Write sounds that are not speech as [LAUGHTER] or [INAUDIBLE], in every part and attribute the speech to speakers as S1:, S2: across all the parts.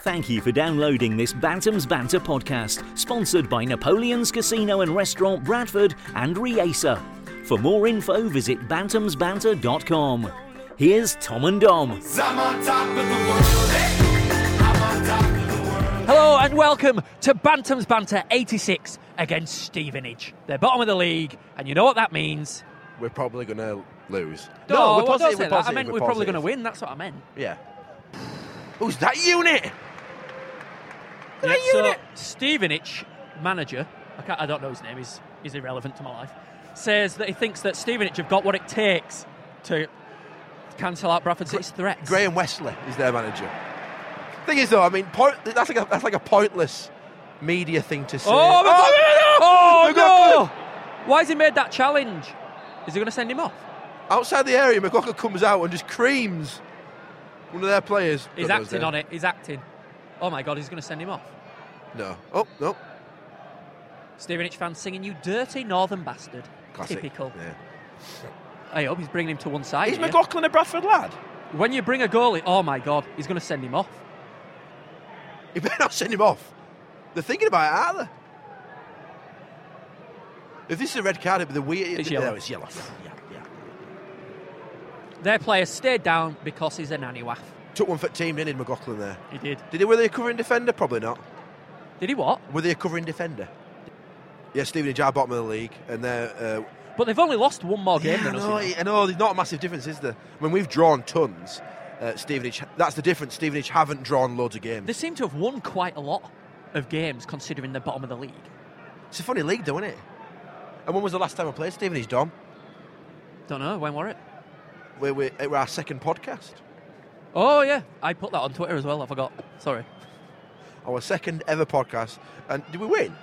S1: Thank you for downloading this Bantams Banter podcast, sponsored by Napoleon's Casino and Restaurant Bradford and Riesa. For more info, visit bantamsbanter.com. Here's Tom and Dom.
S2: I'm on top of the world. Hey, I'm on top of the world.
S3: Hello and welcome to Bantams Banter 86 against Stevenage. They're bottom of the league, and you know what that means.
S4: we're probably going to lose. we're
S3: No, well,
S4: positive,
S3: don't say
S4: we're
S3: that.
S4: positive,
S3: I meant we're, probably going to win. That's what I meant.
S4: Yeah. Who's that unit?
S3: Yeah,
S4: you
S3: so
S4: did it.
S3: Stevenage manager, I, can't, I don't know his name. He's, he's irrelevant to my life. Says that he thinks that Stevenage have got what it takes to cancel out Bradford City's threats.
S4: Graham Wesley is their manager. Thing is, though, I mean, point, that's like a, that's like a pointless media thing to say.
S3: Oh, my God.
S4: Oh,
S3: Oh,
S4: McLaughlin!
S3: no! Why has he made that challenge? Is he going to send him off?
S4: Outside the area, McLaughlin comes out and just creams one of their players.
S3: He's acting on it. He's acting. Oh my God, he's going to send him off.
S4: No. Oh no.
S3: Stevenage fans singing, "You dirty northern bastard."
S4: Classic.
S3: Typical.
S4: Yeah.
S3: I hope he's bringing him to one side.
S4: Is
S3: here.
S4: McLaughlin a Bradford lad? [LAUGHS]
S3: When you bring a goalie, oh my God, he's going to send him off.
S4: You better not send him off. They're thinking about it, aren't they? If this is a red card, it'd be the weird.
S3: It's yellow.
S4: No, it's yellow. Yeah, yeah.
S3: Their player stayed down because he's an aniwaff.
S4: Took one for team in in McLaughlin there.
S3: He did.
S4: Did he, were they a covering defender? Probably not.
S3: Did he what?
S4: Were they a covering defender? Yeah, Stevenage are bottom of the league, and they're. Uh,
S3: But they've only lost one more game
S4: yeah, I
S3: than us.
S4: know,
S3: you know.
S4: I know, there's not a massive difference, is there? When we've drawn tons, uh, Stevenage. That's the difference. Stevenage haven't drawn loads of games.
S3: They seem to have won quite a lot of games considering the bottom of the league.
S4: It's a funny league, though, isn't it? And when was the last time I played Stevenage, Dom?
S3: Don't know when were it.
S4: We're, we're, we're our second podcast.
S3: Oh yeah, I put that on Twitter as well. I forgot. Sorry.
S4: our second ever podcast. And did we win?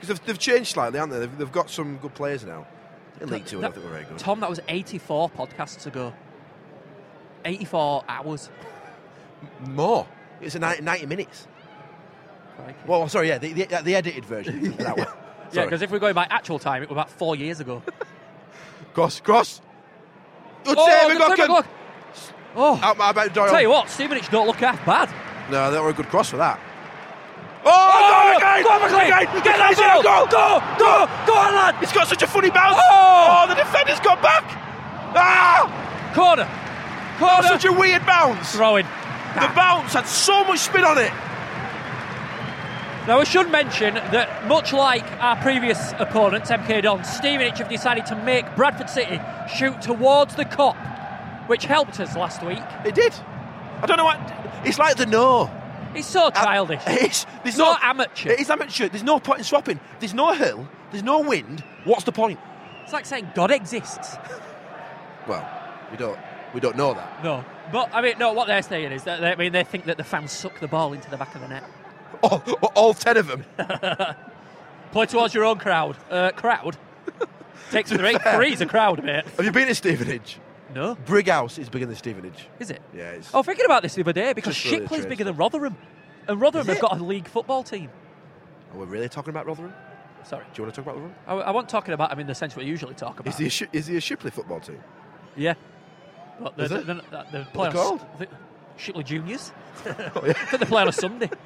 S4: Because they've, they've changed slightly, haven't they? They've, they've got some good players now. In League Two, I don't think we're very good.
S3: Tom, that was 84 podcasts ago. 84 hours.
S4: More. It's a 90, 90 minutes.
S3: Crikey.
S4: Well, sorry, yeah, the, the, the edited version. of
S3: [LAUGHS]
S4: that one.
S3: Yeah,
S4: Sorry.
S3: because if we're going by actual time, it was about four years ago.
S4: cross, cross. Good
S3: oh,
S4: save,
S3: good save,
S4: McGocken.
S3: McLaughlin. Oh,
S4: Out my about Doyle.
S3: tell you what, Stevenage don't look half bad.
S4: No, that were a good cross for that. Oh,
S3: Oh,
S4: no, McLean!
S3: go on, McLean!
S4: McLean!
S3: Get
S4: McLean's
S3: that
S4: in a
S3: goal!
S4: goal!
S3: Go, go, go on, lad!
S4: It's got such a funny bounce.
S3: Oh!
S4: the defender's gone back. Ah,
S3: Corner, corner,
S4: such a weird bounce.
S3: throwing.
S4: The bounce had so much spin on it.
S3: Now, I should mention that much like our previous opponents, MK Don, Stevenage have decided to make Bradford City shoot towards the cop, which helped us last week.
S4: It did. I don't know what. It's like the no.
S3: It's so [LAUGHS] childish.
S4: [LAUGHS] It's, there's
S3: It's
S4: no
S3: not amateur.
S4: It is amateur. There's no point in swapping. There's no hill. There's no wind. What's the point?
S3: It's like saying God exists.
S4: Well, we don't. We don't know that. [LAUGHS]
S3: No, but I mean, no. What they're saying is that they, I mean they think that the fans suck the ball into the back of the net.
S4: All, all ten of them.
S3: Play towards your own crowd. Uh,
S4: [LAUGHS]
S3: crowd. Take three.
S4: fair.
S3: Three's a crowd, mate.
S4: Have you been to Stevenage?
S3: No,
S4: Brighouse is bigger than Stevenage.
S3: is it?
S4: Yeah, it's.
S3: I was thinking about this the other day because
S4: Just really
S3: Shipley's
S4: true,
S3: bigger than Rotherham, and Rotherham
S4: Is
S3: have
S4: it?
S3: got a league football team.
S4: Are we really talking about Rotherham?
S3: Sorry,
S4: Do you want to talk about Rotherham?
S3: I, I wasn't talking about. I mean, the sense we usually talk about.
S4: Is the Shi- is the Shipley football team?
S3: yeah, but they're,
S4: Is
S3: they're,
S4: it?
S3: they're, they're playing
S4: they
S3: on
S4: called? Oh,
S3: s- the-
S4: [LAUGHS]
S3: Shipley Juniors. I think they're playing on a Sunday.
S4: [LAUGHS]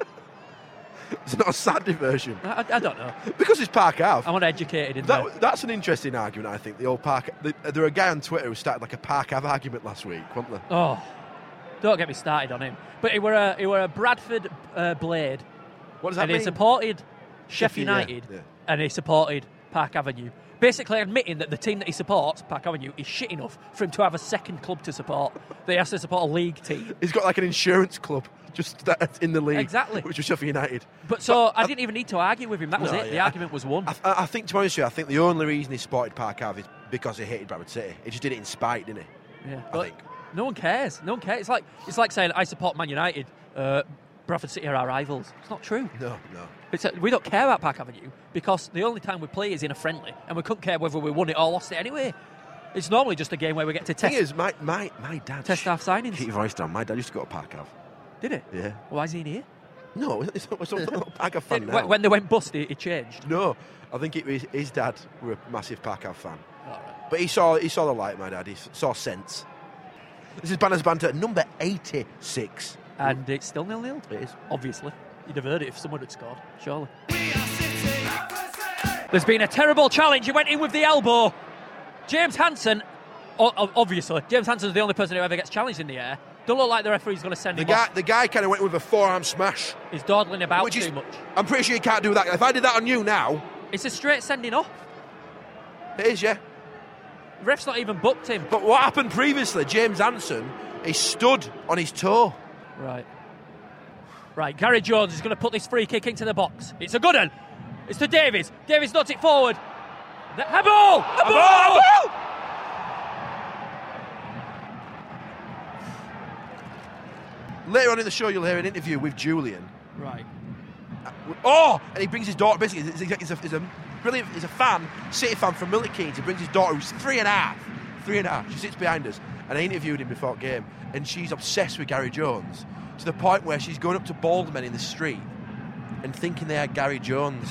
S4: It's not a sad diversion
S3: I, I- I don't know.
S4: because it's Park Ave.
S3: I'm uneducated in that.
S4: That, that's an interesting argument, I think. The old Park. The, there were a guy on Twitter who started like a Park Ave argument last week, weren't there?
S3: Oh, don't get me started on him. But he were a he were a Bradford uh, blade,
S4: What does that
S3: and
S4: mean?
S3: he supported Sheffield
S4: yeah,
S3: United,
S4: yeah.
S3: and he supported Park Avenue. Basically, admitting that the team that he supports, Park Avenue, is shit enough for him to have a second club to support. They has to support a league team.
S4: He's got like an insurance club just that in the league.
S3: Exactly.
S4: Which was Sheffield United.
S3: But so I didn't even need to argue with him. That was
S4: No,
S3: it. The
S4: yeah.
S3: argument was won.
S4: I, I think, to be honest with you, I think the only reason he supported Park Ave is because he hated Bradford City. He just did it in spite, didn't he?
S3: yeah,
S4: I
S3: but
S4: think.
S3: no one cares. No one cares. It's like it's like saying I support Man United. Uh, Bradford City are our rivals. It's not true.
S4: No, no.
S3: It's a, we don't care about Park Avenue because the only time we play is in a friendly, and we couldn't care whether we won it or lost it anyway. It's normally just a game where we get to
S4: Thing
S3: test,
S4: is, my, my, my dad.
S3: test our signings.
S4: Keep your voice down. My dad used to go to Park Ave.
S3: Did it?
S4: Yeah.
S3: Why is he in here?
S4: No, [LAUGHS] it's not, it's not, it's not a Park Ave fan
S3: Did-
S4: now.
S3: when, when they went bust, it, it changed.
S4: no, I think it was his dad were a massive Park Ave fan. But he saw he saw the light, my dad. He s- saw sense. This is Banners Banter number 86.
S3: and it's still nil nil.
S4: It is.
S3: Obviously, you'd have heard it if someone had scored. Surely. There's been a terrible challenge. He went in with the elbow. James Hansen, o- o- obviously, James Hansen's the only person who ever gets challenged in the air. Don't look like the referee's going to send
S4: The
S3: him
S4: guy,
S3: off.
S4: the guy kind of went with a forearm smash,
S3: He's dawdling about
S4: which
S3: too
S4: is.
S3: much.
S4: I'm pretty sure you can't do that. If I did that on you now,
S3: It's a straight sending off.
S4: it is yeah.
S3: Ref's not even booked him.
S4: But what happened previously? James Anson, he stood on his toe.
S3: Right. Right, Gary Jones is going to put this free kick into the box. It's a good one. It's to Davies. Davies nods it forward. The, a ball! A ball!
S4: ball! Later on in the show, you'll hear an interview with Julian.
S3: Right.
S4: Oh, and he brings his daughter. Basically, he's, he's, a, he's a brilliant. He's a fan, City fan from Milton Keynes. He brings his daughter, who's three and a half, three and a half. She sits behind us, and I interviewed him before game, and she's obsessed with Gary Jones to the point where she's going up to bald men in the street and thinking they are Gary Jones.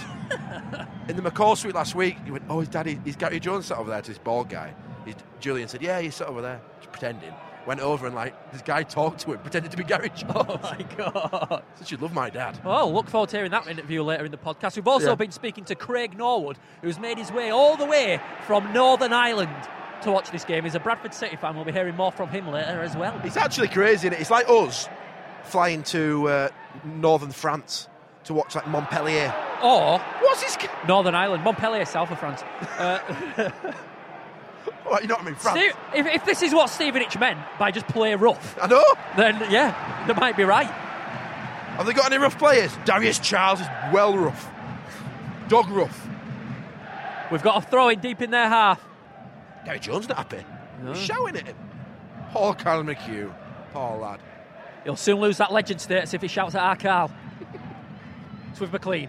S4: in the McCall Street last week, he went, "Oh, his daddy, is Gary Jones sat over there?" To this bald guy, his, Julian said, "Yeah, he's sat over there, just pretending." Went over and like this guy talked to him, pretended to be Gary Jones. [LAUGHS]
S3: [LAUGHS] Oh my god.
S4: Said she'd love my dad.
S3: Well, Oh, look forward to hearing that interview later in the podcast. We've also
S4: Yeah.
S3: been speaking to Craig Norwood, who's made his way all the way from Northern Ireland to watch this game. He's a Bradford City fan. We'll be hearing more from him later as well.
S4: It's actually crazy. Isn't it? It's like us flying to uh, northern France to watch like Montpellier.
S3: Or
S4: What's this? ca-
S3: Northern Ireland, Montpellier, south of France.
S4: Oh, you know what I mean? France.
S3: Steve, if, if this is what Stevenage meant by just play rough,
S4: I know.
S3: then yeah, they might be right.
S4: Have they got any rough players? Darius Charles is well rough. Dog rough.
S3: We've got a throw in deep in their half.
S4: Gary Jones not happy.
S3: No.
S4: He's shouting at him. Paul Carl McHugh. Paul lad.
S3: He'll soon lose that legend status if he shouts at our Carl. It's with McLean.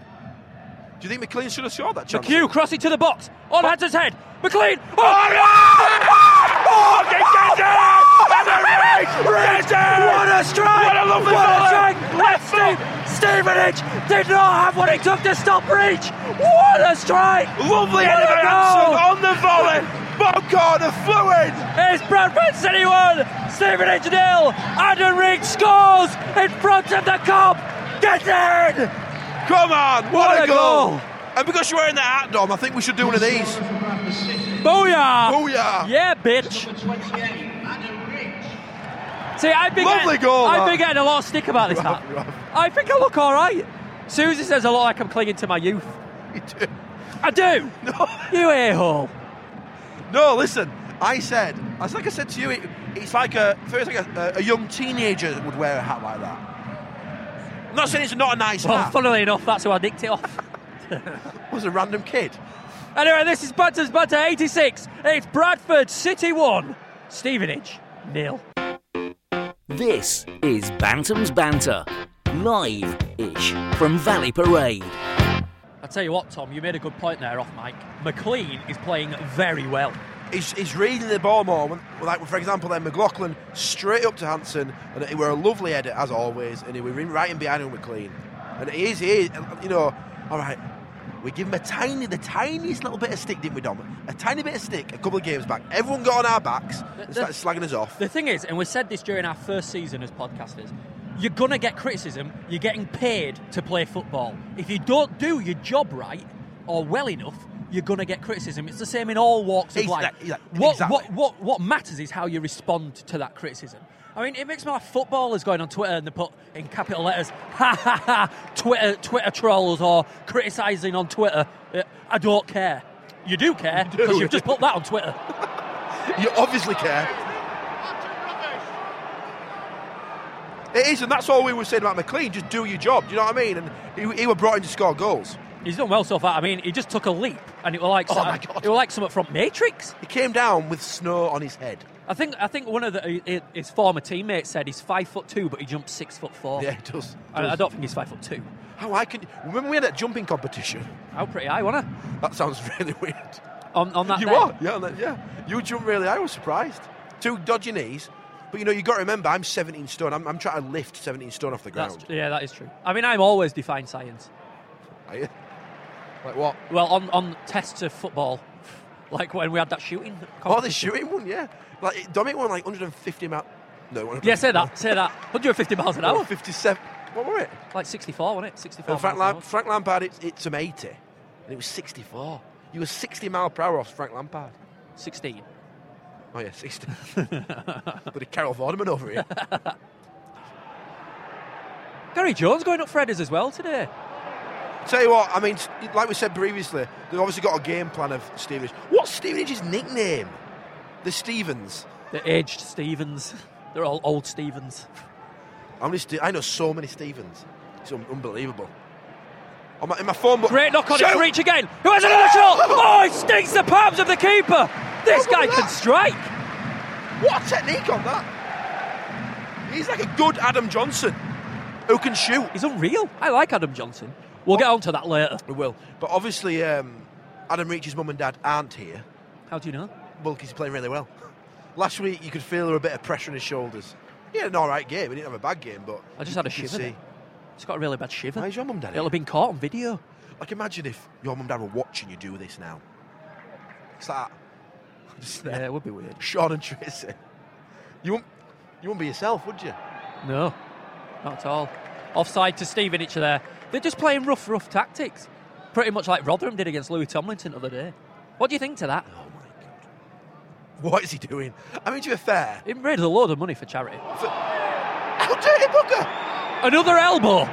S4: Do you think McLean should have scored that chance?
S3: McHugh crossing to the box. On Hansen's head. McLean.
S4: Oh,
S3: Oh!
S4: no! Oh, he gets it! And the release! What a strike! What a lovely
S3: What
S4: volley!
S3: a strike! Left Steve, Stevenage did not have what it took to stop Reach. What a strike!
S4: Lovely
S3: What
S4: header
S3: a
S4: by Hanson
S3: goal!
S4: on the volley. Bob corner flew in.
S3: It's Bradford City 1, Stevenage nil. Adam Riggs scores in front of the cop. Get in!
S4: Come on, what,
S3: What
S4: a,
S3: a
S4: goal.
S3: goal.
S4: And because you're wearing that hat, Dom, I think we should do one of
S3: [LAUGHS]
S4: these.
S3: Booyah!
S4: Oh yeah.
S3: Yeah, bitch. See, I've been
S4: Lovely
S3: getting,
S4: goal,
S3: I've
S4: that.
S3: been getting a lot of stick about this
S4: Rob,
S3: hat.
S4: Rob,
S3: I think I look all right. Susie says I look like I'm clinging to my youth.
S4: [LAUGHS] you do-
S3: I do.
S4: No,
S3: You a-hole.
S4: Ah. no, listen. I said, it's like I said to you, it, it's like a, for it's like a, a young teenager would wear a hat like that. I'm not saying it's not a nice
S3: Well,
S4: hat.
S3: funnily enough, that's who I nicked it off.
S4: It was a random kid.
S3: Anyway, this is Butters Butter 86. It's Bradford City 1, Stevenage nil.
S1: This is Bantam's Banter, live ish from Valley Parade.
S3: I tell you what, Tom, you made a good point there off Mike. McLean is playing very well.
S4: He's, he's reading the ball more. When, like for example, then McLaughlin straight up to Hanson, and he were a lovely header as always, and he were in right in behind him McLean, and he is, he is, you know, all right. We give him a tiny, the tiniest little bit of stick, didn't we, Dom? A tiny bit of stick a couple of games back. Everyone got on our backs and
S3: The-
S4: started slagging us off.
S3: The thing is, and we said this during our first season as podcasters, you're gonna get criticism. You're getting paid to play football. If you don't do your job right or well enough, you're gonna get criticism. It's the same in all walks of
S4: Exa-
S3: life.
S4: exa-
S3: What,
S4: exactly.
S3: what what what matters is how you respond to that criticism. I mean, it makes me laugh. Footballers going on Twitter and they put in capital letters, [LAUGHS] ha ha ha, Twitter Twitter trolls or criticising on Twitter. Uh, I don't care. You do care
S4: do.
S3: because you've just put that on Twitter.
S4: You obviously care. It is, and that's all we were saying about McLean. Just do your job. Do you know what I mean? And he, he were brought in to score goals.
S3: He's done well so far. I mean, he just took a leap, and it was like
S4: Oh
S3: some-
S4: my God.
S3: it was like something from Matrix.
S4: He came down with snow on his head.
S3: I think I think one of the, his former teammates said he's five foot two, but he jumped six foot four.
S4: Yeah, it does.
S3: I, I don't think he's five foot two.
S4: How I can remember we had that jumping competition. [LAUGHS]
S3: How pretty high, wasn't I?
S4: That sounds really weird.
S3: On, on that
S4: you
S3: day.
S4: are, yeah, that- yeah. You jump really. high, I was surprised. Two dodgy knees, but you know you got to remember I'm 17 stone. I'm, I'm trying to lift 17 stone off the
S3: That's,
S4: ground.
S3: yeah, that is true. I mean, I'm always defying science.
S4: Are you? Like what?
S3: Well, on, on tests of football, [LAUGHS] like when we had that shooting.
S4: Oh, the
S3: competition.
S4: shooting one, yeah. Like Dominic won like 150 ma- No, 100.
S3: [LAUGHS] Yeah, say that,
S4: [LAUGHS]
S3: say that. Oh, 150 miles an
S4: No,
S3: hour.
S4: 57. What were it?
S3: Like 64, wasn't it? 64.
S4: And Frank,
S3: miles an
S4: Lam-
S3: hour.
S4: Frank Lampard, it's, it's some 80, and it was 64. You were 60 mile per hour off Frank Lampard.
S3: 16.
S4: Oh, yeah,
S3: [LAUGHS]
S4: 60. Bloody Carol Vorderman over here.
S3: Gary Jones going up for headers as well today.
S4: Tell you what, I mean, like we said previously, they've obviously got a game plan of Stevenage. What's Stevenage's nickname? The Stevens.
S3: The aged Stevens. They're all old Stevens.
S4: How many Ste- I know so many Stevens. It's un- unbelievable. On my, in my phone book.
S3: Great knock on
S4: Shoot!
S3: its reach again. Who has another shot? Oh, it stings the palms of the keeper. This
S4: Oh,
S3: guy
S4: look at
S3: can
S4: that.
S3: strike.
S4: What a technique on that! He's like a good Adam Johnson who can shoot.
S3: He's unreal. I like Adam Johnson. We'll get on to that later.
S4: We will. But obviously, um, Adam Reach's mum and dad aren't here.
S3: How do you know?
S4: Bulky's playing really well. Last week, you could feel there a bit of pressure on his shoulders. He had an all right game. He didn't have a bad game, but
S3: I just had a
S4: you could
S3: shiver
S4: see.
S3: He's got a really bad shiver.
S4: Why is your mum dad?
S3: It'll
S4: here?
S3: have been caught on video.
S4: Like, imagine if your mum and dad were watching you do this now. It's like that. Just there.
S3: Yeah, it would be weird.
S4: Sean and Tracy. You wouldn't, you wouldn't be yourself, would you?
S3: No, not at all. Offside to Stevenage there. They're just playing rough, rough tactics. Pretty much like Rotherham did against Louis Tomlinson the other day. What do you think to that?
S4: Oh my god. What is he doing? I mean, to be fair,
S3: It raised a load of money for charity.
S4: how dirty bugger!
S3: Another elbow.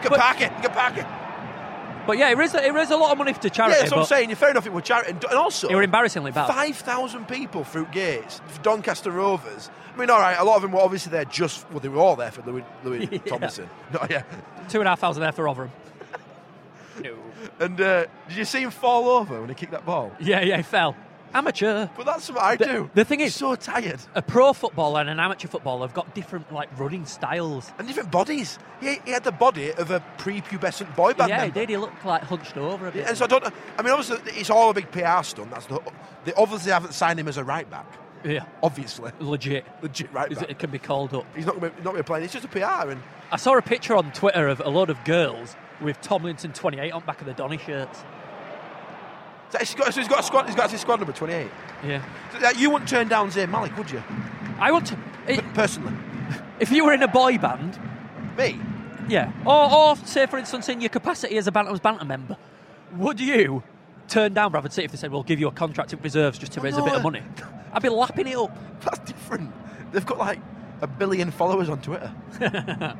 S4: Kapaki, Kapaki.
S3: But yeah, it raised, it raised a lot of money to
S4: Yeah,
S3: charity.
S4: that's what I'm
S3: but
S4: saying. You're fair enough. It was charity, and and also
S3: They were embarrassingly bad.
S4: Five thousand people through gates for Doncaster Rovers. I mean, all right, a lot of them were obviously there just well, they were all there for Louis, Louis
S3: [LAUGHS] Yeah.
S4: Tomlinson. No, yeah.
S3: Two and a half thousand there for Rotherham. no.
S4: And uh, did you see him fall over when he kicked that ball?
S3: Yeah, yeah, he fell. Amateur.
S4: But that's what I
S3: The-
S4: do.
S3: the thing is-
S4: so tired.
S3: A pro footballer and an amateur footballer have got different like running styles.
S4: And different bodies. He, he had the body of a prepubescent boy band.
S3: yeah, he
S4: member.
S3: did. He looked like hunched over a bit.
S4: And so I don't. I mean, obviously, it's all a big PR stunt. That's the. They obviously haven't signed him as a right back.
S3: yeah,
S4: Obviously,
S3: legit.
S4: legit right
S3: Is
S4: back.
S3: It it can be called up.
S4: He's not going to be playing. It's just a PR. And
S3: I saw a picture on Twitter of a load of girls with Tomlinson 28 on back of the Donny shirts.
S4: so he's got, so he's got a squad. He's got his squad number twenty-eight.
S3: Yeah.
S4: So, uh, you wouldn't turn down Zayn Malik, would you?
S3: I want to.
S4: P-
S3: i-
S4: personally,
S3: If you were in a boy band,
S4: me. [LAUGHS]
S3: yeah, or, or say for instance in your capacity as a Bantam's Bantam member, would you turn down Bradford City if they said we'll give you a contract in reserves just to raise a
S4: no,
S3: bit of
S4: uh,
S3: money? I'd be lapping it up.
S4: That's different. They've got like a billion followers on
S3: [LAUGHS]
S4: Twitter. They've got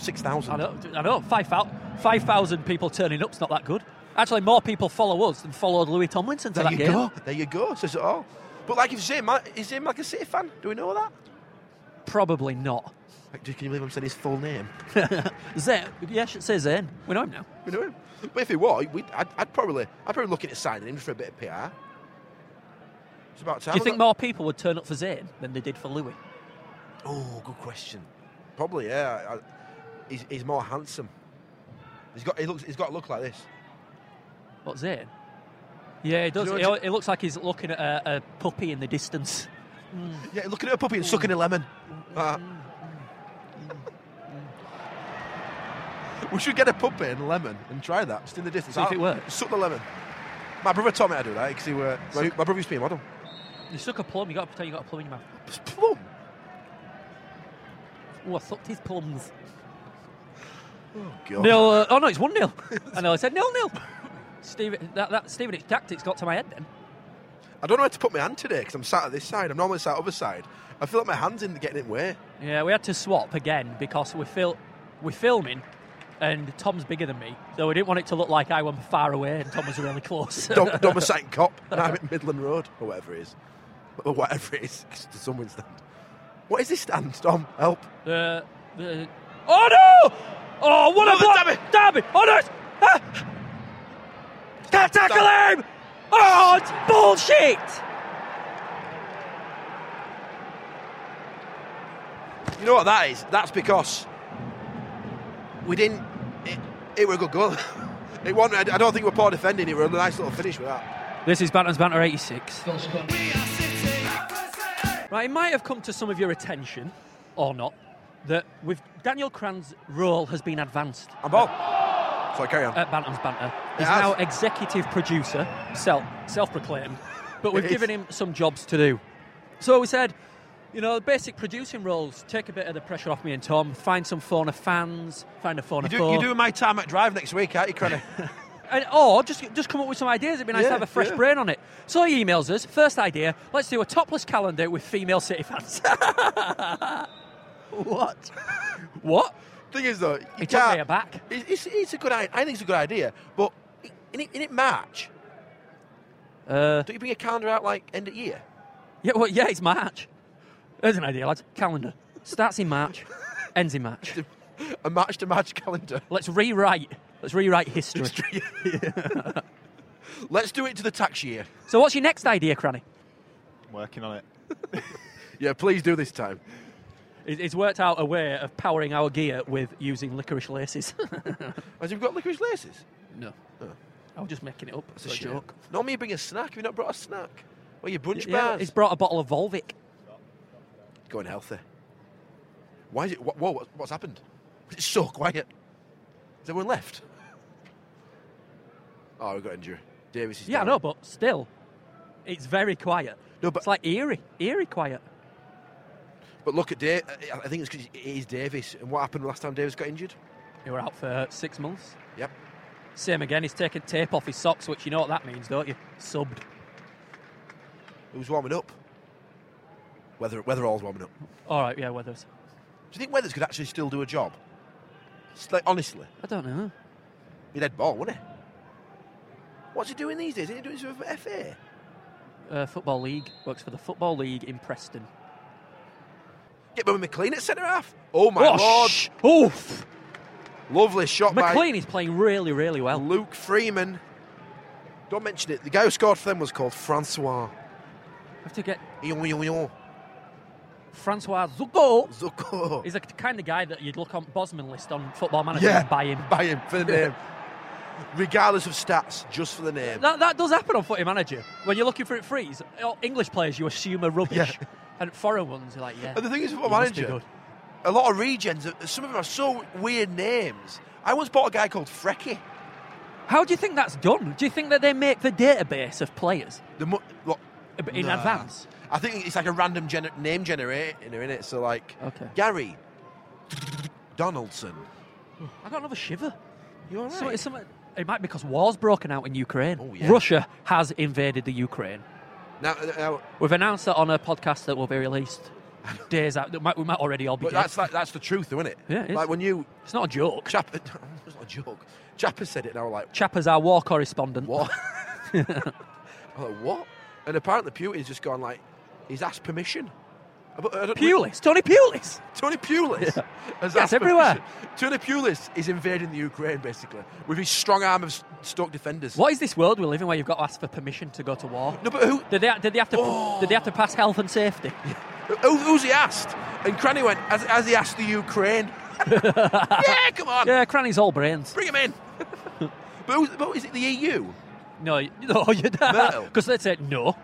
S4: six
S3: I
S4: thousand.
S3: know, I know. Five thou- 5,000 people turning up's not that good. Actually, more people follow us than followed Louis Tomlinson to
S4: There
S3: that
S4: you
S3: game.
S4: go. There you go. Says it all. But like, if Zayn Malik, is Zayn Malik a City fan? Do we know that?
S3: Probably not. [LAUGHS]
S4: Like, do- can you believe I'm saying his full name?
S3: Zen, yeah, I should say Zen. We know him now.
S4: You know him. But if he was, we'd, I'd, I'd probably, I'd probably look into signing him for a bit of PR. It's about time.
S3: Do you think more people would turn up for Zayn than they did for Louis?
S4: Oh, good question. Probably, yeah. I, he's, he's more handsome. He's got, he looks, he's got to look like this.
S3: What Zayn? Yeah, he does.
S4: know
S3: He
S4: what
S3: al- he looks like he's looking at a, a puppy in the distance.
S4: Yeah, looking at a puppy and sucking a lemon. Uh, we should get a puppy and a lemon and try that just in the distance.
S3: See if
S4: I'll-
S3: it works.
S4: Suck the lemon. My brother taught me how to do that because he were my, my brother used to be a model.
S3: You suck a plum. You got to pretend you got a plum in your mouth.
S4: It's plum.
S3: Oh, I sucked his plums.
S4: Oh, God.
S3: [LAUGHS] Nil. Uh, oh no, it's one [LAUGHS] nil. and I said nil nil. Steven, that, that Stevenage tactics got to my head then.
S4: I don't know where to put my hand today because I'm sat at this side. I'm normally sat other side. I feel like my hand's in getting in the way.
S3: Yeah, we had to swap again because we fil- we're filming and Tom's bigger than me, so we didn't want it to look like I went far away and Tom was really [LAUGHS] close.
S4: Dom, Dom was sat in cop, and I'm at Midland Road or whatever it is, or whatever it is. [LAUGHS] It's the Sunwin stand. What is this stand, Dom? Help!
S3: the, the, oh no! Oh, what a
S4: Another
S3: block! Derby! Oh no! it's- Ah! Can't tackle him! Oh, it's bullshit!
S4: You know what that is? That's because we didn't. It, it were a good goal. [LAUGHS] It won. I I don't think we we're poor defending. It were a nice little finish with that.
S3: This is Bantam's Banter 86. Right, it might have come to some of your attention, or not, that with Daniel Cran's role has been advanced
S4: I'm ball. So carry on.
S3: at Bantam's Banter. He's
S4: It has.
S3: now executive producer, self self proclaimed, but we've
S4: It
S3: given
S4: is.
S3: him some jobs to do. So we said, You know, the basic producing roles take a bit of the pressure off me and Tom. Find some fauna fans, find a fauna
S4: You do,
S3: foe.
S4: you're doing my time at drive next week, aren't you, [LAUGHS] Crenny?
S3: and, or just just come up with some ideas. It'd be nice
S4: Yeah,
S3: to have a fresh
S4: yeah.
S3: brain on it. So he emails us. First idea: let's do a topless calendar with female City fans.
S4: [LAUGHS] what?
S3: what?
S4: Thing is, though, you
S3: It took
S4: can't-
S3: me aback.
S4: It- It's, it's a good. i- I think it's a good idea, but i- in it, in it March,
S3: Uh,
S4: don't you bring a calendar out like end of year?
S3: yeah, well, yeah, it's March. There's an idea, lads. Calendar starts in March, ends in March.
S4: A March to March calendar.
S3: Let's rewrite. Let's rewrite history.
S4: Let's do it to the tax year.
S3: so, what's your next idea, Cranny?
S5: I'm working on it.
S4: Yeah, please do this time.
S3: He's- He's worked out a way of powering our gear with using licorice laces. [LAUGHS]
S4: As you've got licorice laces.
S3: no. I was just making it up. It's a
S4: Shit.
S3: joke.
S4: Not me bring a snack. Have you not brought a snack? Well, your brunch
S3: Yeah,
S4: bars.
S3: he's brought a bottle of Volvic.
S4: Going healthy. Why is it? wha- Whoa, what- what's happened? It's so quiet. Is everyone left? Oh, we got injury. Davis is
S3: Yeah, I
S4: down.
S3: know, but still, it's very quiet.
S4: No, but-
S3: it's like eerie, eerie quiet.
S4: But look at Dave. I think it's because it is Davis. And what happened last time Davis got injured?
S3: He were out for six months.
S4: Yep.
S3: Same again. He's taken tape off his socks, which you know what that means, don't you? Subbed.
S4: Who's warming up? Weather, Weatherall's warming up.
S3: All right, yeah, Weathers.
S4: Do you think Weathers could actually still do a job? It's like, honestly,
S3: I don't know.
S4: he'd head ball, wouldn't he? What's he doing these days? Isn't he doing something for FA?
S3: Uh, football league works for the football league in Preston.
S4: Get Ben McLean at centre half. Oh my lord!
S3: sh- Oof!
S4: Lovely shot
S3: McLean is playing really, really
S4: by
S3: well.
S4: Luke Freeman. Don't mention it. The guy who scored for them was called Francois.
S3: I have to get
S4: Yon, yon, yon.
S3: Francois Zugo.
S4: Zuko.
S3: He's the kind of guy that you'd look on Bosman list on Football Manager
S4: yeah,
S3: and
S4: [LAUGHS]
S3: buy him.
S4: Buy him for the name. Regardless of stats, just for the name.
S3: That, that does happen on Footy Manager. When you're looking for it freeze, oh, English players you assume are rubbish,
S4: Yeah.
S3: and foreign ones are like, yeah.
S4: And the thing is,
S3: you
S4: for
S3: must be
S4: manager,
S3: good.
S4: a lot of regens, uh, some of them have so weird names. I once bought a guy called Frecky.
S3: How do you think that's done? Do you think that they make the database of players
S4: The mu- what?
S3: in
S4: Nah.
S3: advance?
S4: I think it's like a random gener- name generator in it. So like
S3: Okay.
S4: Gary Donaldson.
S3: I got another shiver.
S4: You all right?
S3: So it's some, it might be because war's broken out in Ukraine.
S4: Oh, yeah.
S3: Russia has invaded the Ukraine.
S4: now, uh, now,
S3: We've announced that on a podcast that will be
S4: [LAUGHS]
S3: released days out. that might- We might already all be
S4: but
S3: dead.
S4: that's like that's the truth, though, isn't it?
S3: Yeah, it is.
S4: Like when you
S3: It's not a joke.
S4: Chap, [LAUGHS] it's not a joke. Chapper said it, and I was like,
S3: Chapper's our war correspondent.
S4: what? [LAUGHS] I was like, what? And apparently Putin's just gone like, he's asked permission. I don't- I don't-
S3: Pulis, Tony Pulis.
S4: Tony Pulis. has
S3: Yes,
S4: asked
S3: everywhere.
S4: permission. Tony Pulis is invading the Ukraine, basically, with his strong arm of Stoke defenders.
S3: What is this world we live in where you've got to ask for permission to go to war?
S4: No, but who,
S3: Did they, did they have to?
S4: Oh.
S3: Did they have to pass health and
S4: [LAUGHS]
S3: safety?
S4: who who's he asked? And Cranny went, as, as he asked the Ukraine. [LAUGHS] yeah, come on,
S3: Yeah, Cranny's all brains.
S4: bring him in. [LAUGHS] but, who's, but is it the E EU?
S3: No, y- no, you [LAUGHS]
S4: No.
S3: don't. Because they say no.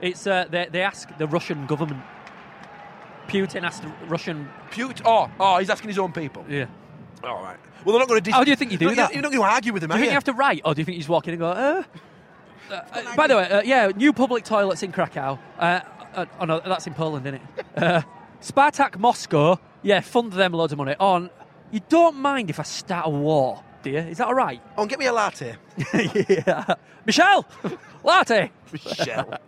S3: It's uh, they, they ask the Russian government. Putin asked the Russian.
S4: Putin? Oh, oh, he's asking his own people.
S3: Yeah.
S4: All right. Well, they're not going to. Dis-
S3: How do you think you do
S4: You're not-
S3: that?
S4: You're not going to argue with him,
S3: Do you
S4: are
S3: think you have to write, or do you think you just walk in and go? Uh, uh, uh, by the way, uh, yeah, new public toilets in Krakow. Uh, uh, oh no, that's in Poland, isn't it? Uh, Spartak Moscow. Yeah, fund them loads of money. On, you don't mind if I start a war, do you? Is that
S4: [LAUGHS]
S3: all right?
S4: Oh, and get me a
S3: [LAUGHS]
S4: latte,
S3: yeah, Michelle, latte.
S4: Michelle.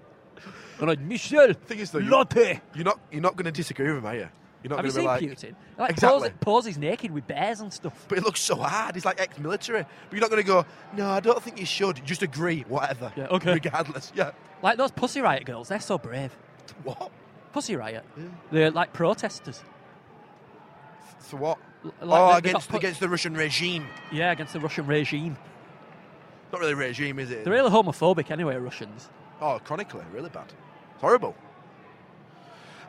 S3: I'm like, Michelle,
S4: Thing is, though, you-
S3: latte.
S4: you're not. You're not going to disagree with him, are you? You're not
S3: Have
S4: going
S3: you
S4: to be
S3: seen
S4: like.
S3: Putin? Like
S4: Exactly.
S3: pose, poses naked with bears and stuff.
S4: But it looks so hard. He's like ex-military. But you're not going to go. No, I don't think you should. Just agree, whatever.
S3: Yeah, okay.
S4: Regardless. Yeah.
S3: Like those Pussy Riot girls, they're so brave.
S4: What?
S3: Pussy Riot, they're like protesters.
S4: So what?
S3: L- like
S4: oh,
S3: they- they got
S4: against
S3: put-
S4: against the Russian regime.
S3: Yeah, against the Russian regime.
S4: Not really regime, is it?
S3: They're really homophobic anyway, Russians.
S4: Oh, chronically, really bad. It's horrible.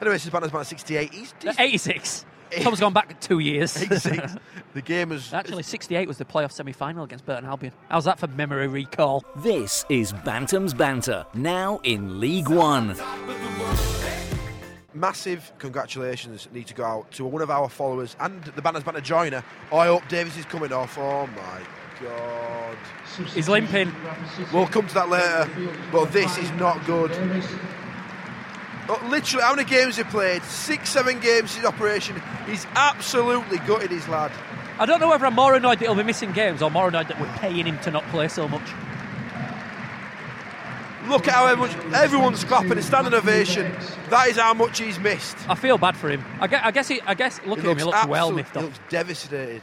S4: Anyway, this is Banners Man 68. He's,
S3: They're
S4: he's
S3: 86. Tom's gone back two years.
S4: [LAUGHS] 86. the game is
S3: [LAUGHS] Actually, 68 was the playoff semi final against Burton Albion. How's that for memory recall?
S1: This is Bantam's Banter, now in League One.
S4: massive congratulations need to go out to one of our followers and the Banners Banner joiner. I hope Davis is coming off. Oh my God.
S3: He's limping.
S4: We'll come to that later, but this is not good. Uh, Literally, how many games he played? Six, seven games in operation. He's absolutely gutted his lad.
S3: I don't know whether I'm more annoyed that he'll be missing games or more annoyed that we're paying him to not play so much.
S4: Look at how everyone's, everyone's clapping and standing ovation. That is how much he's missed.
S3: I feel bad for him. I guess, I guess, he, I guess look
S4: He
S3: at him, he looks well
S4: absolute-
S3: miffed
S4: He
S3: off.
S4: looks devastated.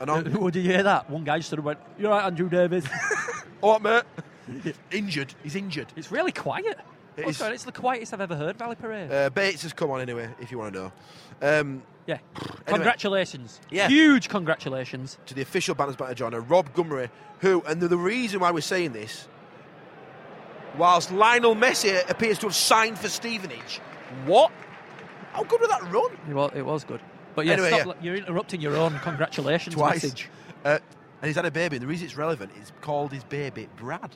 S4: And
S3: [LAUGHS]
S4: I'm,
S3: Who did you hear that? One guy just sort of went, You're right,
S4: [LAUGHS]
S3: Andrew Davis.
S4: oh, mate. injured. He's injured.
S3: it's really quiet.
S4: It
S3: What's
S4: is.
S3: going on? It's the quietest I've ever heard Valley Parade.
S4: Uh, Bates has come on anyway, if you want to know. Um,
S3: yeah. Congratulations.
S4: Yeah.
S3: Huge congratulations.
S4: to the official banners banner joiner, Rob Gummery, who, and the, the reason why we're saying this, whilst Lionel Messi appears to have signed for Stevenage, what? How good was that run?
S3: It was, it was good. But yeah,
S4: Anyway,
S3: stop,
S4: yeah.
S3: li- you're interrupting your own congratulations message.
S4: Uh, and he's had a baby, and the reason it's relevant is called his baby Brad.